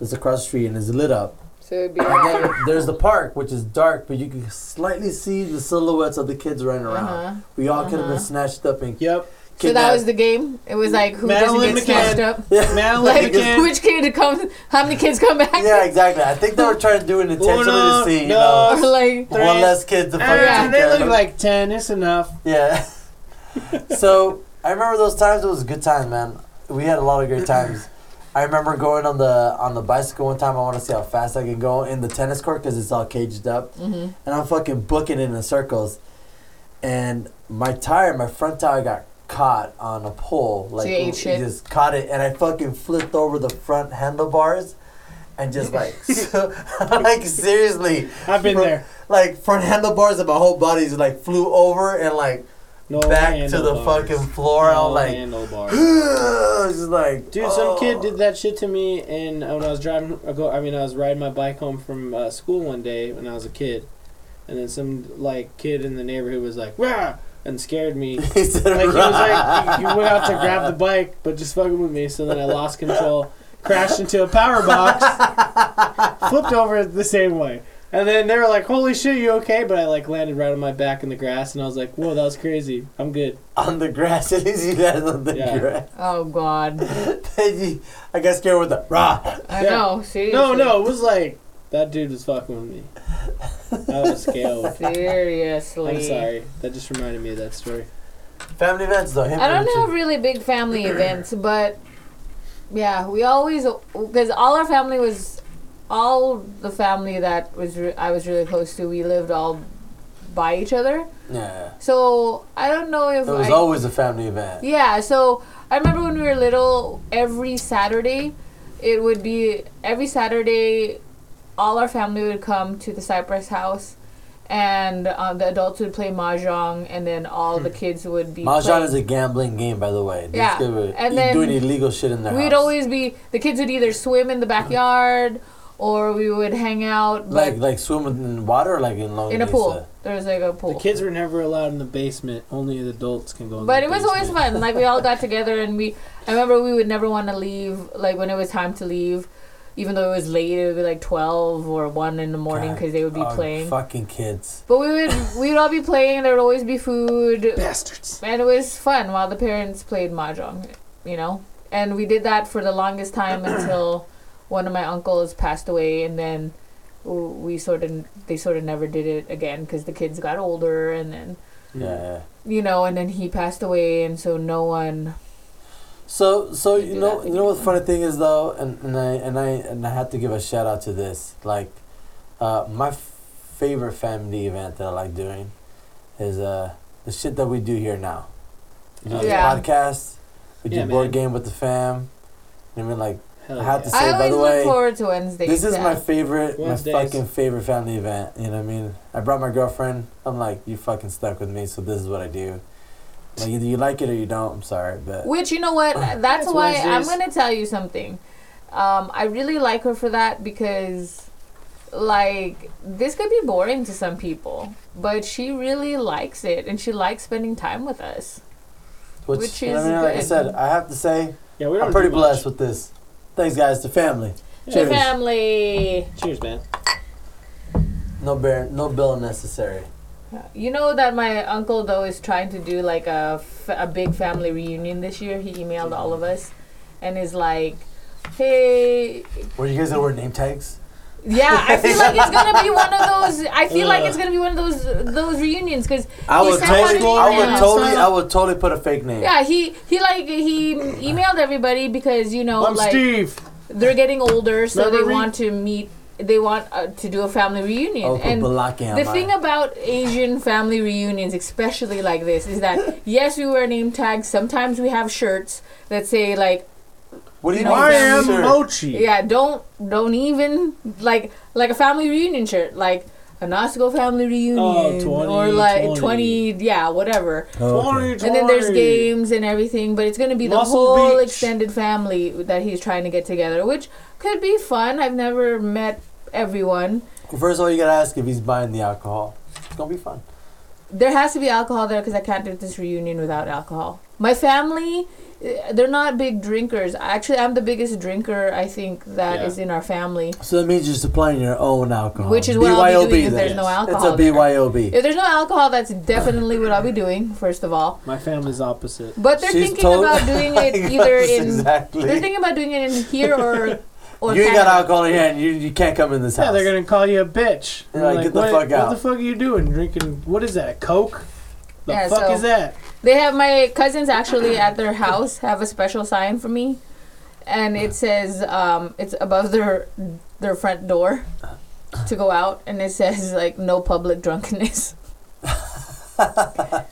S2: It's across the street and it's lit up.
S4: So it'd be.
S2: And then there's the park, which is dark, but you can slightly see the silhouettes of the kids running around.
S4: Uh-huh.
S2: We all could have
S4: Uh-huh.
S2: been snatched up and
S3: Yep.
S4: So that was the game. It was like who
S3: Madeline
S4: doesn't get
S3: McCann.
S4: snatched up.
S3: Madeline
S4: Like
S3: McCann.
S4: which kid to come? How many kids come back?
S2: yeah, exactly. I think they were trying to do it intentionally
S3: Uno,
S2: to see, you
S3: dos,
S2: know,
S4: Or like
S3: three.
S2: one less kid to fucking
S3: Ah,
S2: take
S3: they
S2: care of.
S3: look like ten. It's enough.
S2: Yeah. so I remember those times. It was a good time, man. We had a lot of great times. I remember going on the on the bicycle one time. I want to see how fast I can go in the tennis court because it's all caged up,
S4: Mhm.
S2: and I'm fucking booking it in circles. And my tire, my front tire, got caught on a pole. Like
S4: you ate
S2: it
S4: shit?
S2: just caught it, and I fucking flipped over the front handlebars, and just like, so, like seriously,
S3: I've been
S2: Bro.
S3: there.
S2: like front handlebars, and my whole body just like flew over, and like
S3: No
S2: back to the
S3: handlebars.
S2: fucking floor.
S3: No
S2: I'm like,
S3: handlebars.
S2: just like, oh.
S3: Dude, some kid did that shit to me, and when I was driving, I go- I mean, I was riding my bike home from uh, school one day when I was a kid, and then some like kid in the neighborhood was like, "Rah!" and scared me.
S2: He said,
S3: Like he was
S2: "Rah."
S3: like, you went out to grab the bike, but just fucking with me. So then I lost control, crashed into a power box, flipped over the same way. And then they were like, "Holy shit, you okay?" But I like landed right on my back in the grass, and I was like, "Whoa, that was crazy. I'm good."
S2: on the grass. At least you guys on the
S3: Yeah.
S2: grass.
S4: oh god,
S2: Then you- I got scared with the rah.
S4: I
S3: Yeah.
S4: know. Seriously.
S3: No, no, it was like that dude was fucking with me. I was scaled.
S4: Seriously.
S3: I'm sorry. That just reminded me of that story.
S2: Family events though. Him
S4: I don't
S2: and
S4: have
S2: Richard.
S4: really big family events, but yeah, we always because all our family was all the family that was re- I was really close to. We lived all by each other,
S2: Yeah,
S4: so I don't know if
S2: there was
S4: I,
S2: always a family event.
S4: Yeah, so I remember when we were little, every Saturday, it would be every Saturday, all our family would come to the Cypress house, and um, the adults would play mahjong, and then all the kids would be.
S2: Hmm. Mahjong
S4: playing.
S2: is a gambling game, by the way. These
S4: Yeah,
S2: kids were
S4: and
S2: e-
S4: then
S2: doing illegal shit in their
S4: We'd
S2: house. Hmm.
S4: always be the kids would either swim in the backyard, or we would hang out
S2: like
S4: like
S2: like swim in water, like in Long
S4: in a
S2: Beach, uh,
S4: pool. There was like a
S3: The
S4: pool.
S3: kids were never allowed in the basement. Only the adults can go. In
S4: But
S3: the
S4: it was
S3: basement.
S4: always fun. Like we all got together and we. I remember we would never want to leave. Like when it was time to leave, even though it was late, it would be like twelve or one in the morning
S2: God,
S4: because they would be
S2: oh,
S4: playing.
S2: Fucking kids.
S4: But we would we would all be playing. There would always be food,
S3: Bastards.
S4: and it was fun while the parents played mahjong, you know. And we did that for the longest time until one of my uncles passed away, and then w- we sort of they sort of never did it again because the kids got older, and then
S2: Yeah.
S4: you know, and then he passed away, and so no one.
S2: So, so
S4: They
S2: you
S4: do
S2: know,
S4: that
S2: you know what the
S4: thing.
S2: funny thing is though, and, and I and I and I have to give a shout out to this. Like, uh, my f- favorite family event that I like doing is uh the shit that we do here now. We do
S3: Oh,
S2: the
S4: yeah.
S2: podcast. We do
S3: Yeah,
S2: board
S3: man.
S2: game with the fam. You know what I mean, like
S3: Hell
S2: I had
S3: yeah.
S2: to- So,
S4: I
S2: by
S4: always
S2: the
S4: look
S2: way,
S4: forward to Wednesdays.
S2: this is
S4: yeah.
S2: my favorite,
S3: Wednesdays.
S2: my fucking favorite family event. You know what I mean? I brought my girlfriend. I'm like, you fucking stuck with me, so this is what I do. Like either you like it or you don't. I'm sorry, but
S4: Which you know what? That's
S3: It's
S4: why I'm
S3: Wednesdays.
S4: gonna tell you something. Um, I really like her for that because, like, this could be boring to some people, but she really likes it and she likes spending time with us.
S2: which,
S4: which
S2: you know what
S4: is
S2: I mean? Like I
S4: good.
S2: said, I have to say.
S3: Yeah, we don't
S2: I'm pretty
S3: do much.
S2: blessed with this. Thanks, guys, to family.
S4: To
S2: Cheers.
S4: family,
S3: Cheers, man.
S2: No bear, no bill necessary.
S4: you know that my uncle though is trying to do like a f- a big family reunion this year. He emailed all of us, and is like, "Hey,
S2: Were you guys gonna wear name tags?
S4: Yeah, I feel like it's gonna be one of those. I feel like it's gonna be one of those those reunions because
S2: I
S4: He
S2: would
S4: said
S2: totally,
S4: what
S2: I
S4: he
S2: would
S4: did.
S2: totally, I would totally put a fake name.
S4: yeah, he he like he emailed everybody because you know like
S3: Steve.
S4: they're getting older, so
S3: Remember
S4: they
S3: re-
S4: want to meet. They want uh, to do a family reunion,
S2: Oh,
S4: and
S2: Balaki,
S4: the thing about Asian family reunions, especially like this, is that yes, we wear name tags. Sometimes we have shirts that say like
S2: What do you
S4: No,
S2: mean?
S4: I
S2: Sure.
S4: am
S3: Mochi.
S4: Yeah, don't don't even like like a family reunion shirt, like a Nasco family reunion,
S3: Oh, 20,
S4: or like
S3: 20.
S4: twenty, yeah, whatever.
S2: Oh, okay.
S4: And then there's games and everything, but it's gonna be the
S3: Muscle
S4: whole
S3: Beach.
S4: extended family that he's trying to get together, which could be fun. I've never met everyone.
S2: First of all, you gotta ask if he's buying the alcohol. It's gonna be fun.
S4: There has to be alcohol there because I can't do this reunion without alcohol. My family, eh, they're not big drinkers. Actually, I'm the biggest drinker I think that is
S3: Yeah.
S4: in our family.
S2: So that means you're supplying your own alcohol,
S4: Which is what I'll be doing if there's
S2: then.
S4: no
S3: Yes.
S2: It's
S4: alcohol.
S2: a
S4: there.
S2: BYOB.
S4: If there's no alcohol, that's definitely what I'll be doing, first of all.
S3: My family's opposite.
S4: But they're thinking
S2: tot-
S4: about doing it
S2: Yes,
S4: either in.
S2: exactly.
S4: They're thinking about doing it in here or. or
S2: you ain't got
S4: Canada.
S2: alcohol in your hand. You, you can't come in this house.
S3: Yeah, they're gonna call you a bitch.
S2: They're
S3: You're
S2: like, "Get the
S3: what,
S2: fuck out."
S3: What the fuck are you doing? Drinking? What is that? A Coke? The
S4: Yeah,
S3: fuck
S4: so-
S3: is that?
S4: They have my cousins actually at their house have a special sign for me, and it says um, it's above their their front door to go out, and it says like no public drunkenness.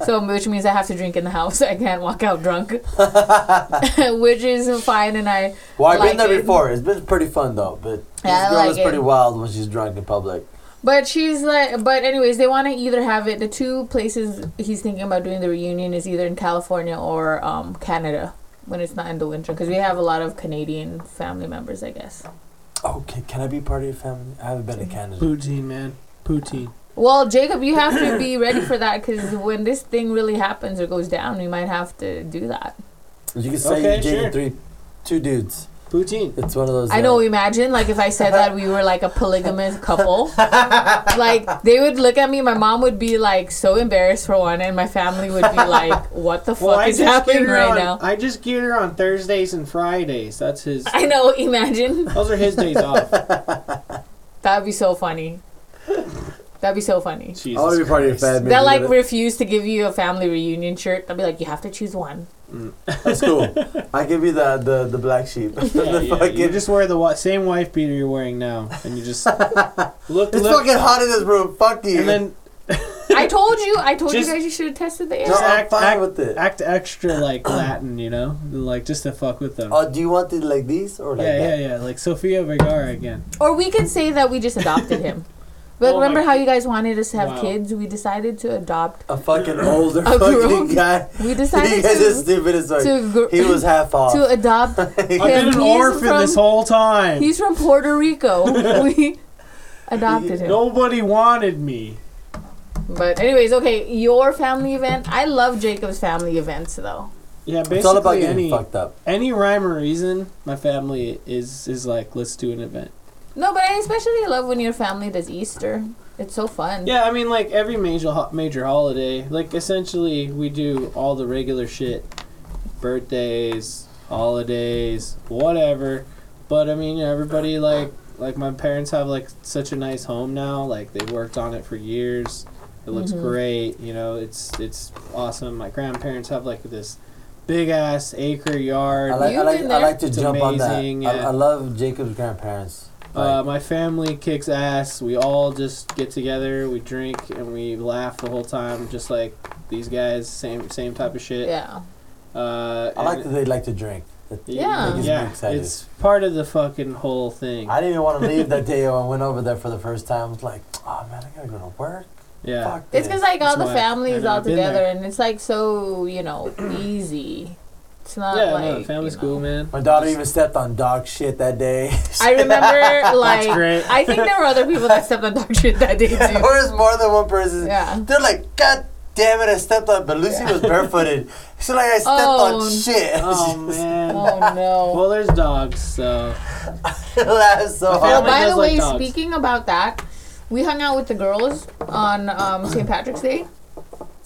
S4: so which means I have to drink in the house. I can't walk out drunk, which is fine. And I
S2: Well, I've
S4: like
S2: been there
S4: it.
S2: before. It's been pretty fun though. But
S4: Yeah,
S2: this
S4: I
S2: girl
S4: like
S2: is pretty
S4: it.
S2: wild when she's drunk in public.
S4: But she's like, but anyways, they want to either have it. The two places he's thinking about doing the reunion is either in California or um, Canada when it's not in the winter, because we have a lot of Canadian family members, I guess.
S2: Okay, Oh, can I be part of your family? I haven't been to Canada.
S3: Poutine, man. Poutine.
S4: Well, Jacob, you have to be ready for that, because when this thing really happens or goes down, we might have to do that.
S2: You can say
S3: Okay,
S2: you're dating
S3: sure.
S2: three, two dudes.
S3: Poutine.
S2: It's one of those. uh,
S4: I know. Imagine like if I said that we were like a polygamous couple. like they would look at me. My mom would be like so embarrassed for one, and my family would be like, "What the fuck
S3: Well, I
S4: is
S3: just get
S4: happening
S3: her
S4: right
S3: on,
S4: now?"
S3: I just get her on Thursdays and Fridays. That's his.
S4: I know. Imagine
S3: Those are his days off.
S4: that'd be so funny. That'd be so funny.
S2: I want to
S3: Jesus
S2: be part of your
S3: Christ.
S2: family.
S4: They'll like
S2: but
S4: refuse to give you a family reunion shirt. They'll be like, you have to choose one.
S2: that's cool. I give you the the, the black sheep.
S3: Yeah,
S2: the
S3: yeah,
S2: fucking,
S3: you just wear the wa- same wife beater you're wearing now, and you just look,
S2: it's
S3: look,
S2: fucking hot in this room. Fuck you.
S3: and then
S4: I told you. I told
S3: Just-
S4: you guys you should have tested the air.
S2: no,
S3: just
S2: I'm
S3: act-
S2: fine
S3: act-
S2: with it.
S3: act extra like Latin, you know, like just to fuck with them.
S2: Oh, do you want it like these or like
S3: yeah,
S2: that?
S3: yeah, yeah. Like Sofia Vergara again.
S4: Or we could say that we just adopted him. But
S3: Oh my
S4: remember how you guys wanted us to have
S3: Wow.
S4: kids? We decided to adopt.
S2: A fucking older
S4: A grown-
S2: fucking guy.
S4: We
S2: You
S4: decided
S2: guys are
S4: to
S2: stupid as fuck.
S4: to, gr-
S2: He was half off.
S4: to adopt.
S3: I've been an
S4: he's
S3: orphan
S4: from-
S3: this whole time.
S4: He's from Puerto Rico. we adopted him.
S3: Nobody wanted me.
S4: But anyways, okay, your family event. I love Jacob's family events though.
S3: Yeah, basically
S2: It's all about getting
S3: any
S2: fucked up.
S3: any rhyme or reason, my family is is like, let's do an event.
S4: No, but I especially love when your family does Easter. It's so fun.
S3: Yeah, I mean, like every major ho- major holiday, like essentially we do all the regular shit, birthdays, holidays, whatever. But I mean, everybody like like my parents have like such a nice home now. Like they worked on it for years. It looks great. You know, it's it's awesome. My grandparents have like this big ass acre yard.
S2: I like, I
S4: You've
S2: like,
S4: been
S2: I
S4: there.
S2: like to
S3: It's
S2: jump
S3: amazing,
S2: on that.
S3: yeah.
S2: I, I love Jacob's grandparents.
S3: Uh, my family kicks ass. We all just get together, we drink, and we laugh the whole time, just like these guys. Same same type of shit.
S4: Yeah.
S3: Uh,
S2: I like that
S3: and-
S2: they like to drink.
S4: Yeah.
S2: Like, it's
S3: yeah,
S2: me excited.
S3: It's part of the fucking whole thing.
S2: I didn't even want to leave that day when I went over there for the first time. I was like, oh man, I gotta go to work.
S3: yeah.
S2: Fuck this."
S4: It's because like all
S3: That's
S4: the
S3: why I-
S4: families
S3: I know,
S4: all
S3: I've been
S4: together,
S3: there.
S4: and it's like so you know easy. It's not
S3: yeah,
S4: Uh, like
S3: no, family
S4: you know.
S3: school, man.
S2: My daughter even stepped on dog shit that day.
S4: I remember like
S3: great.
S4: I think there were other people that stepped on dog shit that day
S2: there
S4: too.
S2: was more than one person.
S4: Yeah.
S2: They're like, God damn it, I stepped on. But Lucy was barefooted. She's like, I stepped
S4: Oh.
S2: on shit.
S3: Oh man.
S4: Oh no.
S3: Well, there's dogs, so
S2: She laughed so
S3: My
S4: Oh,
S2: hard.
S3: family-
S4: by
S3: does like
S4: the way,
S3: dogs.
S4: speaking about that, we hung out with the girls on um, St. Patrick's Day,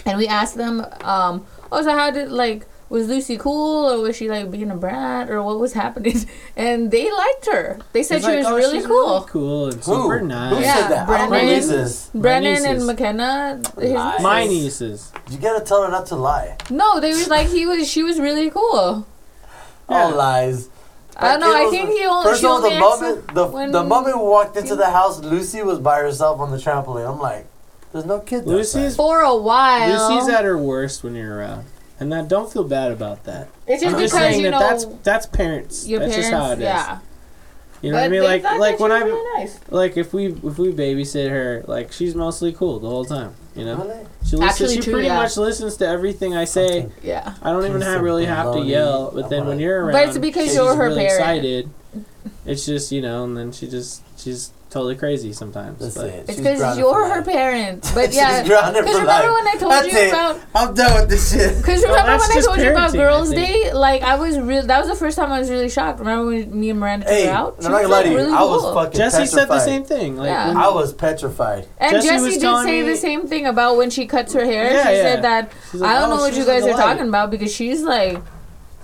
S4: and we asked them, um, "Oh, so how did like was Lucy cool, or was she like being a brat, or what was happening?" And they liked her. They said
S3: It's
S4: she
S3: like,
S4: was
S3: oh,
S4: really
S3: she's
S4: cool.
S3: cool and
S2: Who?
S3: super
S2: Who
S3: nice.
S4: Yeah,
S2: said that? I don't know
S4: Brandon.
S2: who this is.
S4: Brennan and
S3: nieces.
S4: McKenna. his
S2: Lies.
S3: My
S4: nieces.
S3: nieces.
S2: You gotta tell her not to lie.
S4: No, they was like he was. She was really
S2: All
S4: cool.
S3: Yeah.
S2: lies.
S4: I don't know. I
S2: Kayla's-
S4: think he only.
S2: First
S4: she
S2: of all,
S4: only
S2: the
S4: asked
S2: moment the,
S4: when-
S2: the moment we walked into the house, Lucy was by herself on the trampoline. I'm like, there's no kids.
S3: Lucy's
S4: for a while.
S3: Lucy's at her worst when you're around, and I don't feel bad about that.
S4: it's just
S3: I'm just
S4: because
S3: saying that
S4: you know
S3: that's that's parents.
S4: your
S3: that's
S4: parents.
S3: just how it is.
S4: Yeah.
S3: You know what I mean? Like like when I
S4: really nice.
S3: like if we if we babysit her, like she's mostly cool the whole time. You know,
S2: Really?
S3: she listens,
S4: Actually,
S3: she
S4: too,
S3: pretty
S4: yeah.
S3: much listens to everything I say.
S4: Yeah.
S3: I don't even
S2: Piece
S3: have
S2: of
S3: really have to
S2: baloney.
S3: yell, but then when you're around,
S4: But it's because
S3: she's
S4: you're her
S3: really
S4: parent.
S3: excited. It's just you know, and then she just she's totally crazy sometimes.
S2: That's
S3: but-
S2: it.
S4: It's
S2: She's
S4: because
S2: grounded
S4: you're
S2: for
S4: her
S2: life.
S4: parent. But
S2: She's
S4: yeah.
S2: grounded
S4: Because
S2: for
S4: remember
S2: life.
S4: when I told
S2: That's
S4: you
S2: it.
S4: about.
S2: I'm done with this shit.
S4: Because
S3: Well,
S4: remember
S3: that's
S4: when I
S3: just
S4: told you about
S3: parenting, I
S4: Girls'
S3: think.
S4: Day? Like, I was real. That was the first time I was really shocked. Remember when me and Miranda
S2: Hey,
S4: were
S2: I'm
S4: out?
S2: not
S4: She
S2: gonna
S4: was,
S2: lie
S4: like,
S2: to you.
S4: really
S2: I was
S4: cool.
S2: fucking
S3: Jesse
S2: petrified.
S3: said the same thing. Like
S4: Yeah.
S3: when-
S2: I was petrified.
S4: And
S3: Jesse
S4: Jesse,
S3: was
S4: did
S3: telling
S4: say
S3: me-
S4: the same thing about when she cuts her hair.
S3: Yeah,
S4: she
S3: yeah.
S4: said that
S3: she's like,
S4: I don't
S3: "Oh,
S4: know what
S3: she's
S4: you guys
S3: like
S4: are
S3: a light."
S4: talking about because she's like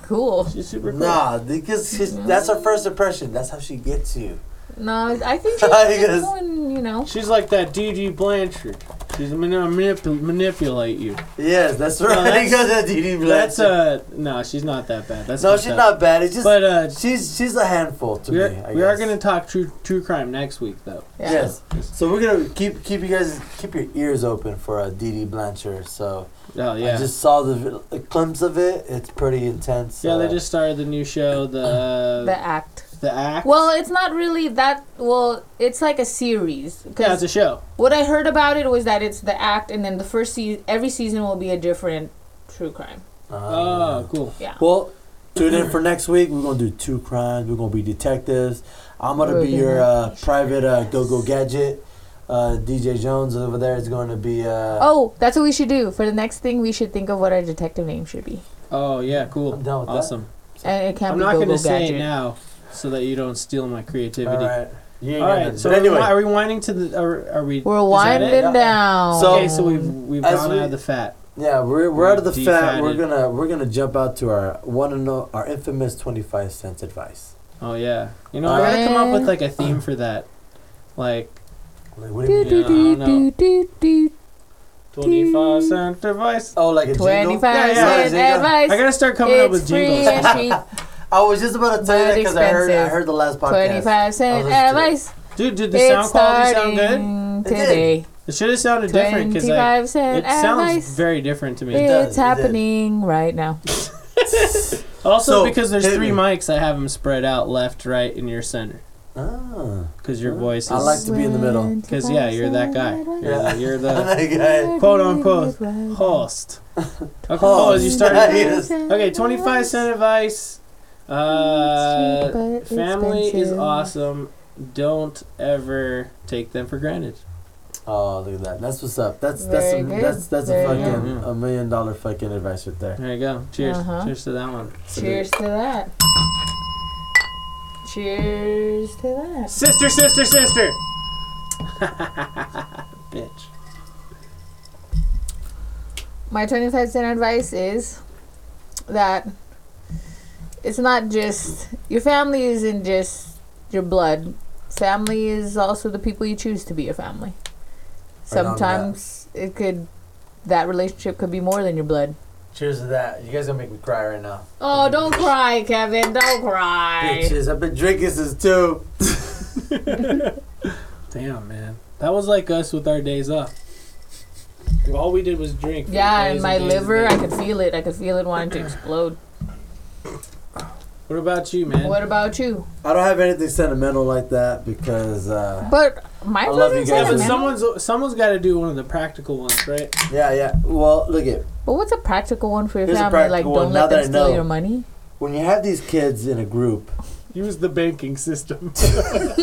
S4: cool.
S3: She's super cool.
S2: Nah, because she's, that's her first impression. That's how she gets you.
S4: No, I think
S2: I
S4: she's really
S2: guess-
S4: cool and you know.
S3: She's like that DG Blanchard. She's gonna manip- manipulate you.
S2: Yes, that's right.
S3: that's-
S2: Because of DD
S3: That's
S2: Blanchard.
S3: uh no, she's not that bad. That's
S2: no,
S3: fucked
S2: she's
S3: up.
S2: not bad. It's just
S3: But uh,
S2: she's she's a handful to
S3: we
S2: me. I
S3: are, we are
S2: guess.
S3: gonna talk true true crime next week though.
S4: Yeah.
S2: Yes. So we're gonna keep keep you guys keep your ears open for uh, DD Blanchard. So
S3: Oh yeah,
S2: I just saw the, vi- a glimpse of it. It's pretty intense.
S3: yeah. They
S2: uh,
S3: just started the new show, the
S4: The act.
S3: the act.
S4: Well, it's not really that. Well, it's like a series. 'cause
S3: yeah, it's a show.
S4: what I heard about it was that it's the act, and then the first season, every season will be a different true crime.
S2: uh,
S3: Oh, cool.
S4: Yeah.
S2: Well, tune in for next week. We're gonna do two crimes. We're gonna be detectives. I'm gonna
S4: We're
S2: be your
S4: gonna
S2: uh,
S4: be
S2: private uh, go-go gadget. Uh, DJ Jones over there is going to be. Uh,
S4: Oh, that's what we should do for the next thing. We should think of what our detective name should be,
S3: Oh yeah, cool.
S2: I'm down with that.
S3: awesome.
S4: and it can't
S3: I'm
S4: be
S3: not
S4: Go-Go
S3: gonna say it
S4: Gadget.
S3: now, so that you don't steal my creativity.
S2: all right. You ain't
S3: All
S2: gonna-
S3: right,
S2: but
S3: so
S2: anyway,
S3: are we winding to the? Are, are we?
S4: We're
S3: is that it?
S4: winding
S2: Yeah.
S4: down.
S2: So-
S3: Okay, so we've we've
S2: As
S3: gone
S2: we-
S3: out of the fat.
S2: yeah, we're, we're out of the fat.
S3: Defatted.
S2: We're gonna we're gonna jump out to our one and o- our infamous twenty five cents advice.
S3: Oh yeah. You know, I gotta come up with like a theme for that. Like
S2: Like, what do you
S4: do
S2: mean?
S4: do do
S3: Yeah, I don't
S4: do do do.
S3: twenty five
S4: Mm.
S3: cent device.
S2: Oh, like a jingle.
S4: Twenty
S3: Yeah,
S4: five
S2: yeah.
S4: cent
S2: Jingle.
S4: advice.
S3: I gotta start coming up with
S4: It's free
S3: jingles.
S4: and cheap.
S2: I was just about to tell you that
S4: But
S2: because I heard I
S4: expensive.
S2: heard the last podcast.
S4: Twenty five cent
S2: I'll listen to it.
S4: advice.
S3: Dude, did the
S4: It's
S3: sound quality sound good?
S4: starting
S2: It did.
S4: Today.
S3: It should have sounded different because
S4: Twenty
S3: like,
S4: five cent
S3: it sounds
S4: advice.
S3: very different to me.
S2: It- does,
S4: It's
S2: did.
S4: happening right now.
S3: Also,
S2: So,
S3: because there's
S2: hit
S3: three
S2: me.
S3: mics, I have them spread out left, right, and your center
S2: Ah.
S3: because your voice is.
S2: I like to be in the middle.
S3: because yeah, you're that guy. You're
S2: Yeah.
S3: the, you're the
S2: That guy.
S3: quote unquote host. Okay, oh, as you
S2: Host.
S3: started.
S2: Yes.
S3: Okay, twenty five cent advice. Uh,
S4: It's cheap, but
S3: Family is
S4: expensive.
S3: awesome. Don't ever take them for granted.
S2: Oh, look at that. That's what's up. That's that's
S4: Very
S2: some,
S4: good.
S2: that's that's a
S4: Very
S2: fucking
S3: good.
S2: a million dollar fucking advice right there.
S3: There you go. Cheers.
S4: Uh-huh.
S3: Cheers to that one.
S4: Cheers to that. Cheers to that.
S3: Sister, sister, sister. Bitch.
S4: My 25 cent advice is that it's not just your family isn't just your blood. Family is also the people you choose to be your family.
S2: Right on to that.
S4: Sometimes it could that relationship could be more than your blood.
S2: Cheers to that. You guys gonna make me cry right now.
S4: Oh, don't cry, Kevin. Don't cry.
S2: Bitches, I've been drinking since two.
S3: Damn, man. That was like us with our days off. All we did was drink. for
S4: Yeah,
S3: days
S4: and my
S3: days
S4: liver,
S3: days.
S4: I could feel it. I could feel it wanting to explode.
S3: What about you, man?
S4: What about you?
S2: I don't have anything sentimental like that because uh,
S4: But my
S2: I love you
S4: wasn't
S2: guys.
S3: yeah,
S2: man?
S3: but
S4: sentimental.
S3: someone's someone's got to do one of the practical ones, right?
S2: yeah, yeah. Well, look it.
S4: But what's a practical one for your
S2: Here's a
S4: family? Like,
S2: practical one,
S4: don't
S2: now
S4: let
S2: that
S4: them
S2: I
S4: steal
S2: know.
S4: your money.
S2: When you have these kids in a group,
S3: Use the banking system.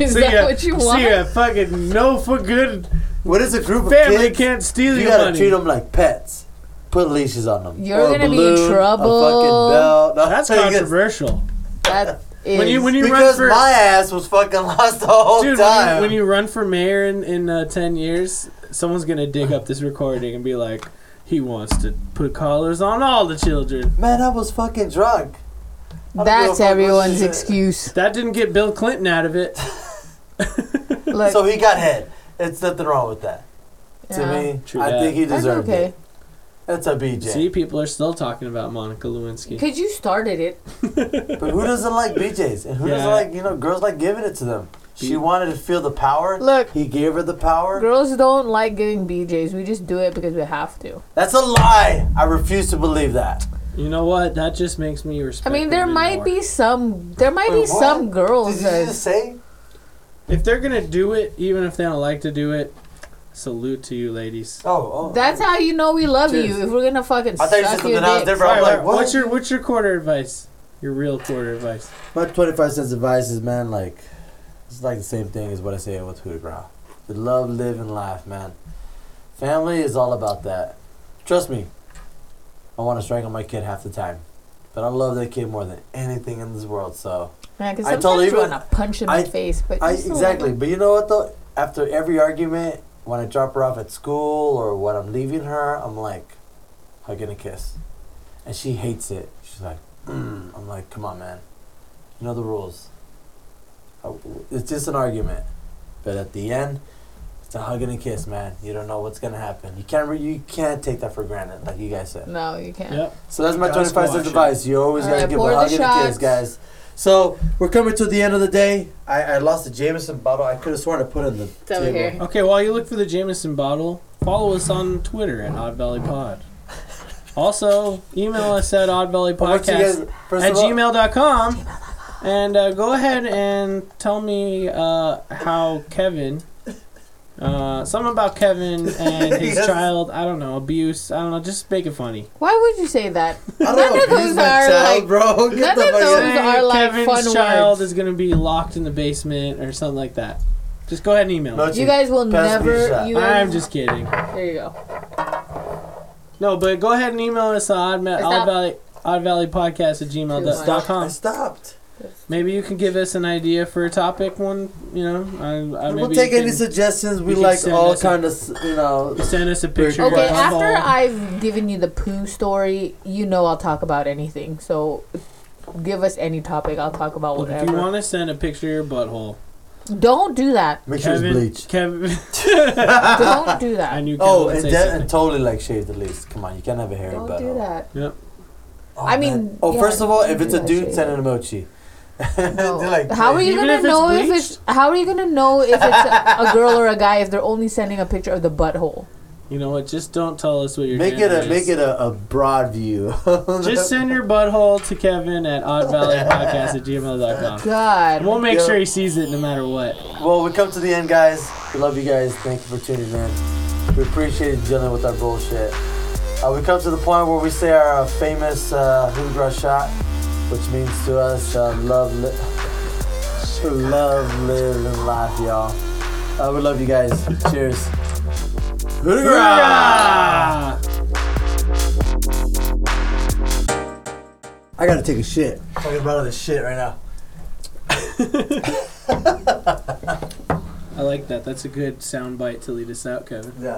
S4: Is
S3: So
S4: that
S3: ya-
S4: what you
S3: so
S4: want?
S3: ya fucking no for good
S2: what is a group of
S3: family
S2: kids?
S3: can't steal
S2: you
S3: your
S2: gotta
S3: money.
S2: treat them like pets. Put leashes on them.
S4: You're
S2: Or a
S4: gonna be in
S2: balloon,
S4: trouble.
S2: A fucking belt. No,
S3: That's
S2: you guys-
S3: controversial.
S4: That is.
S3: When you when you run
S2: Because
S3: for
S2: my ass was fucking lost the whole
S3: dude, when
S2: time.
S3: you, when you run for mayor in in uh, ten years, someone's gonna dig up this recording and be like, he wants to put collars on all the children.
S2: Man, I was fucking drunk. I don't give a fuck
S4: that's
S2: what
S4: everyone's
S2: you say.
S4: excuse.
S3: That didn't get Bill Clinton out of it.
S4: Look,
S2: So he got hit. It's nothing wrong with that. To
S4: yeah.
S2: me,
S3: True
S2: I
S3: that.
S2: think he
S4: that's
S2: deserved
S4: okay.
S2: it. That's a BJ.
S3: See, people are still talking about Monica Lewinsky.
S4: Cause you started it.
S2: But who doesn't like BJ's? And who
S3: Yeah.
S2: doesn't like, you know, girls like giving it to them. She
S3: Be-
S2: wanted to feel the power.
S4: Look.
S2: He gave her the power.
S4: Girls don't like giving BJ's. We just do it because we have to.
S2: That's a lie. I refuse to believe that.
S3: You know what? That just makes me respect.
S4: I
S3: them
S4: mean, there
S3: even
S4: might
S3: more.
S4: be some. There might be
S2: Wait, what?
S4: some
S2: Did
S4: girls
S2: you
S4: that.
S2: just say?
S3: if they're gonna do it, even if they don't like to do it. Salute to you, ladies.
S2: Oh, oh.
S4: That's how you know we love
S2: Cheers.
S4: you. If we're gonna fucking
S2: I thought you said
S4: suck
S2: something
S4: your
S2: else
S4: dick.
S2: different. Bro, I'm
S3: Alright,
S2: like,
S3: alright,
S2: what?
S3: What's your what's your quarter advice? Your real quarter advice.
S2: My 25 cents advice is, man, like, it's like the same thing as what I say with Huda Gra. The love, live, and laugh, man. Family is all about that. Trust me, I want to strangle my kid half the time. But I love that kid more than anything in this world, so.
S4: Man, 'cause
S2: I
S4: sometimes
S2: told
S4: you
S2: Eva-
S4: wanna punch him
S2: I-
S4: in the face, but
S2: I
S4: you still
S2: Exactly. But you know what, though? After every argument, when I drop her off at school or when I'm leaving her, I'm like, hugging a kiss. And she hates it. She's like, mm. I'm like, come on, man. You know the rules. Uh, It's just an argument. But at the end, it's a hug and a kiss, man. You don't know what's gonna happen. You can't re- you can't take that for granted, like you guys said.
S4: No, you can't.
S3: Yep.
S2: So that's my
S3: Gotta
S2: 25 cents
S3: squash it.
S2: advice. You always
S4: All
S2: gotta
S4: right,
S2: give
S4: pour
S2: a
S4: the
S2: hug and a kiss,
S4: shots.
S2: guys. So we're coming to the end of the day. I, I lost the Jameson bottle. I could have sworn I put it in the
S4: It's over
S2: table.
S4: here.
S3: Okay, while you look for the Jameson bottle, follow us on Twitter at Odd Valley Pod. Also, email us at
S2: Well, once you guys-
S3: oddvalleypodcast
S2: first
S3: at
S2: of all-
S3: gmail.com. And uh, go ahead and tell me uh, how Kevin, uh, something about Kevin and his
S2: Yes.
S3: child, I don't know, abuse, I don't know, just make it funny.
S4: Why would you say that?
S2: I
S4: None
S2: don't
S4: of
S2: know.
S4: those
S2: He's my
S4: are,
S2: child,
S4: like-
S2: bro. Get
S4: none
S2: the fuck
S4: of
S2: out
S4: those-
S3: Say
S4: are, like,
S3: Kevin's
S4: fun
S3: child
S4: words.
S3: is going to be locked in the basement or something like that. Just go ahead and email.
S2: No,
S3: us.
S2: it's-
S4: You guys will
S2: Pass me a
S4: never.
S2: shot.
S4: You guys,
S3: I'm just kidding.
S4: There you go.
S3: No, but go ahead and email us at odd,
S4: It's
S3: odd,
S4: not-
S3: valley, odd valley podcast at
S4: Too much.
S2: I
S3: gmail.com.
S2: stopped.
S3: Maybe you can give us an idea for a topic one, you know. I, I, Uh, maybe
S2: we'll take
S3: you
S2: any
S3: can
S2: suggestions. We
S3: you can
S2: like
S3: send
S2: all
S3: us a-
S2: kind of, s- you know.
S3: Send us a picture. of
S4: Okay,
S3: your
S4: after
S3: butthole.
S4: I've given you the poo story, you know I'll talk about anything. So give us any topic, I'll talk about
S3: Look,
S4: whatever.
S3: if you want to send a picture of your butthole,
S4: Don't do that.
S2: Make sure it's
S3: Kevin,
S2: bleach.
S3: Kevin,
S4: Don't do
S3: Ah, I
S4: that.
S3: knew Kevin
S2: Oh,
S3: would
S2: and,
S3: say
S2: de-
S3: something.
S2: and totally like shave the least. Come on, you can't have a hairy
S4: Don't
S2: butt.
S4: do that.
S3: Yep.
S2: Oh,
S4: I
S2: man.
S4: mean,
S2: oh,
S4: yeah,
S2: first of all,
S4: don't
S2: if it's
S4: do
S2: a
S4: that
S2: dude,
S4: shit.
S2: send an emoji.
S4: No.
S2: They're like,
S4: how are you
S3: Even
S4: gonna
S3: if it's
S4: know if
S3: bleached?
S4: it's how are you gonna know if it's a, a girl or a guy if they're only sending a picture of the butthole?
S3: You know what? Just don't tell us what you're.
S2: Make it a make it a, a broad view.
S3: Just send your butthole to Kevin at oddvalleypodcast at gmail.com.
S4: God,
S3: And we'll make
S2: Yeah.
S3: sure he sees it no matter what.
S2: well, we come to the end, guys. We love you guys. Thank you for tuning in. We appreciate dealing with our bullshit. Uh, we come to the point where we say our uh, famous uh, Hoodoo Brush shot, which means to us uh, love, li- love, live, and laugh, y'all. Uh, we love you guys. Cheers.
S3: Hoorah!
S2: I gotta take a shit. Talking about all this shit right now.
S3: I like that. That's a good sound bite to lead us out, Kevin.
S2: Yeah.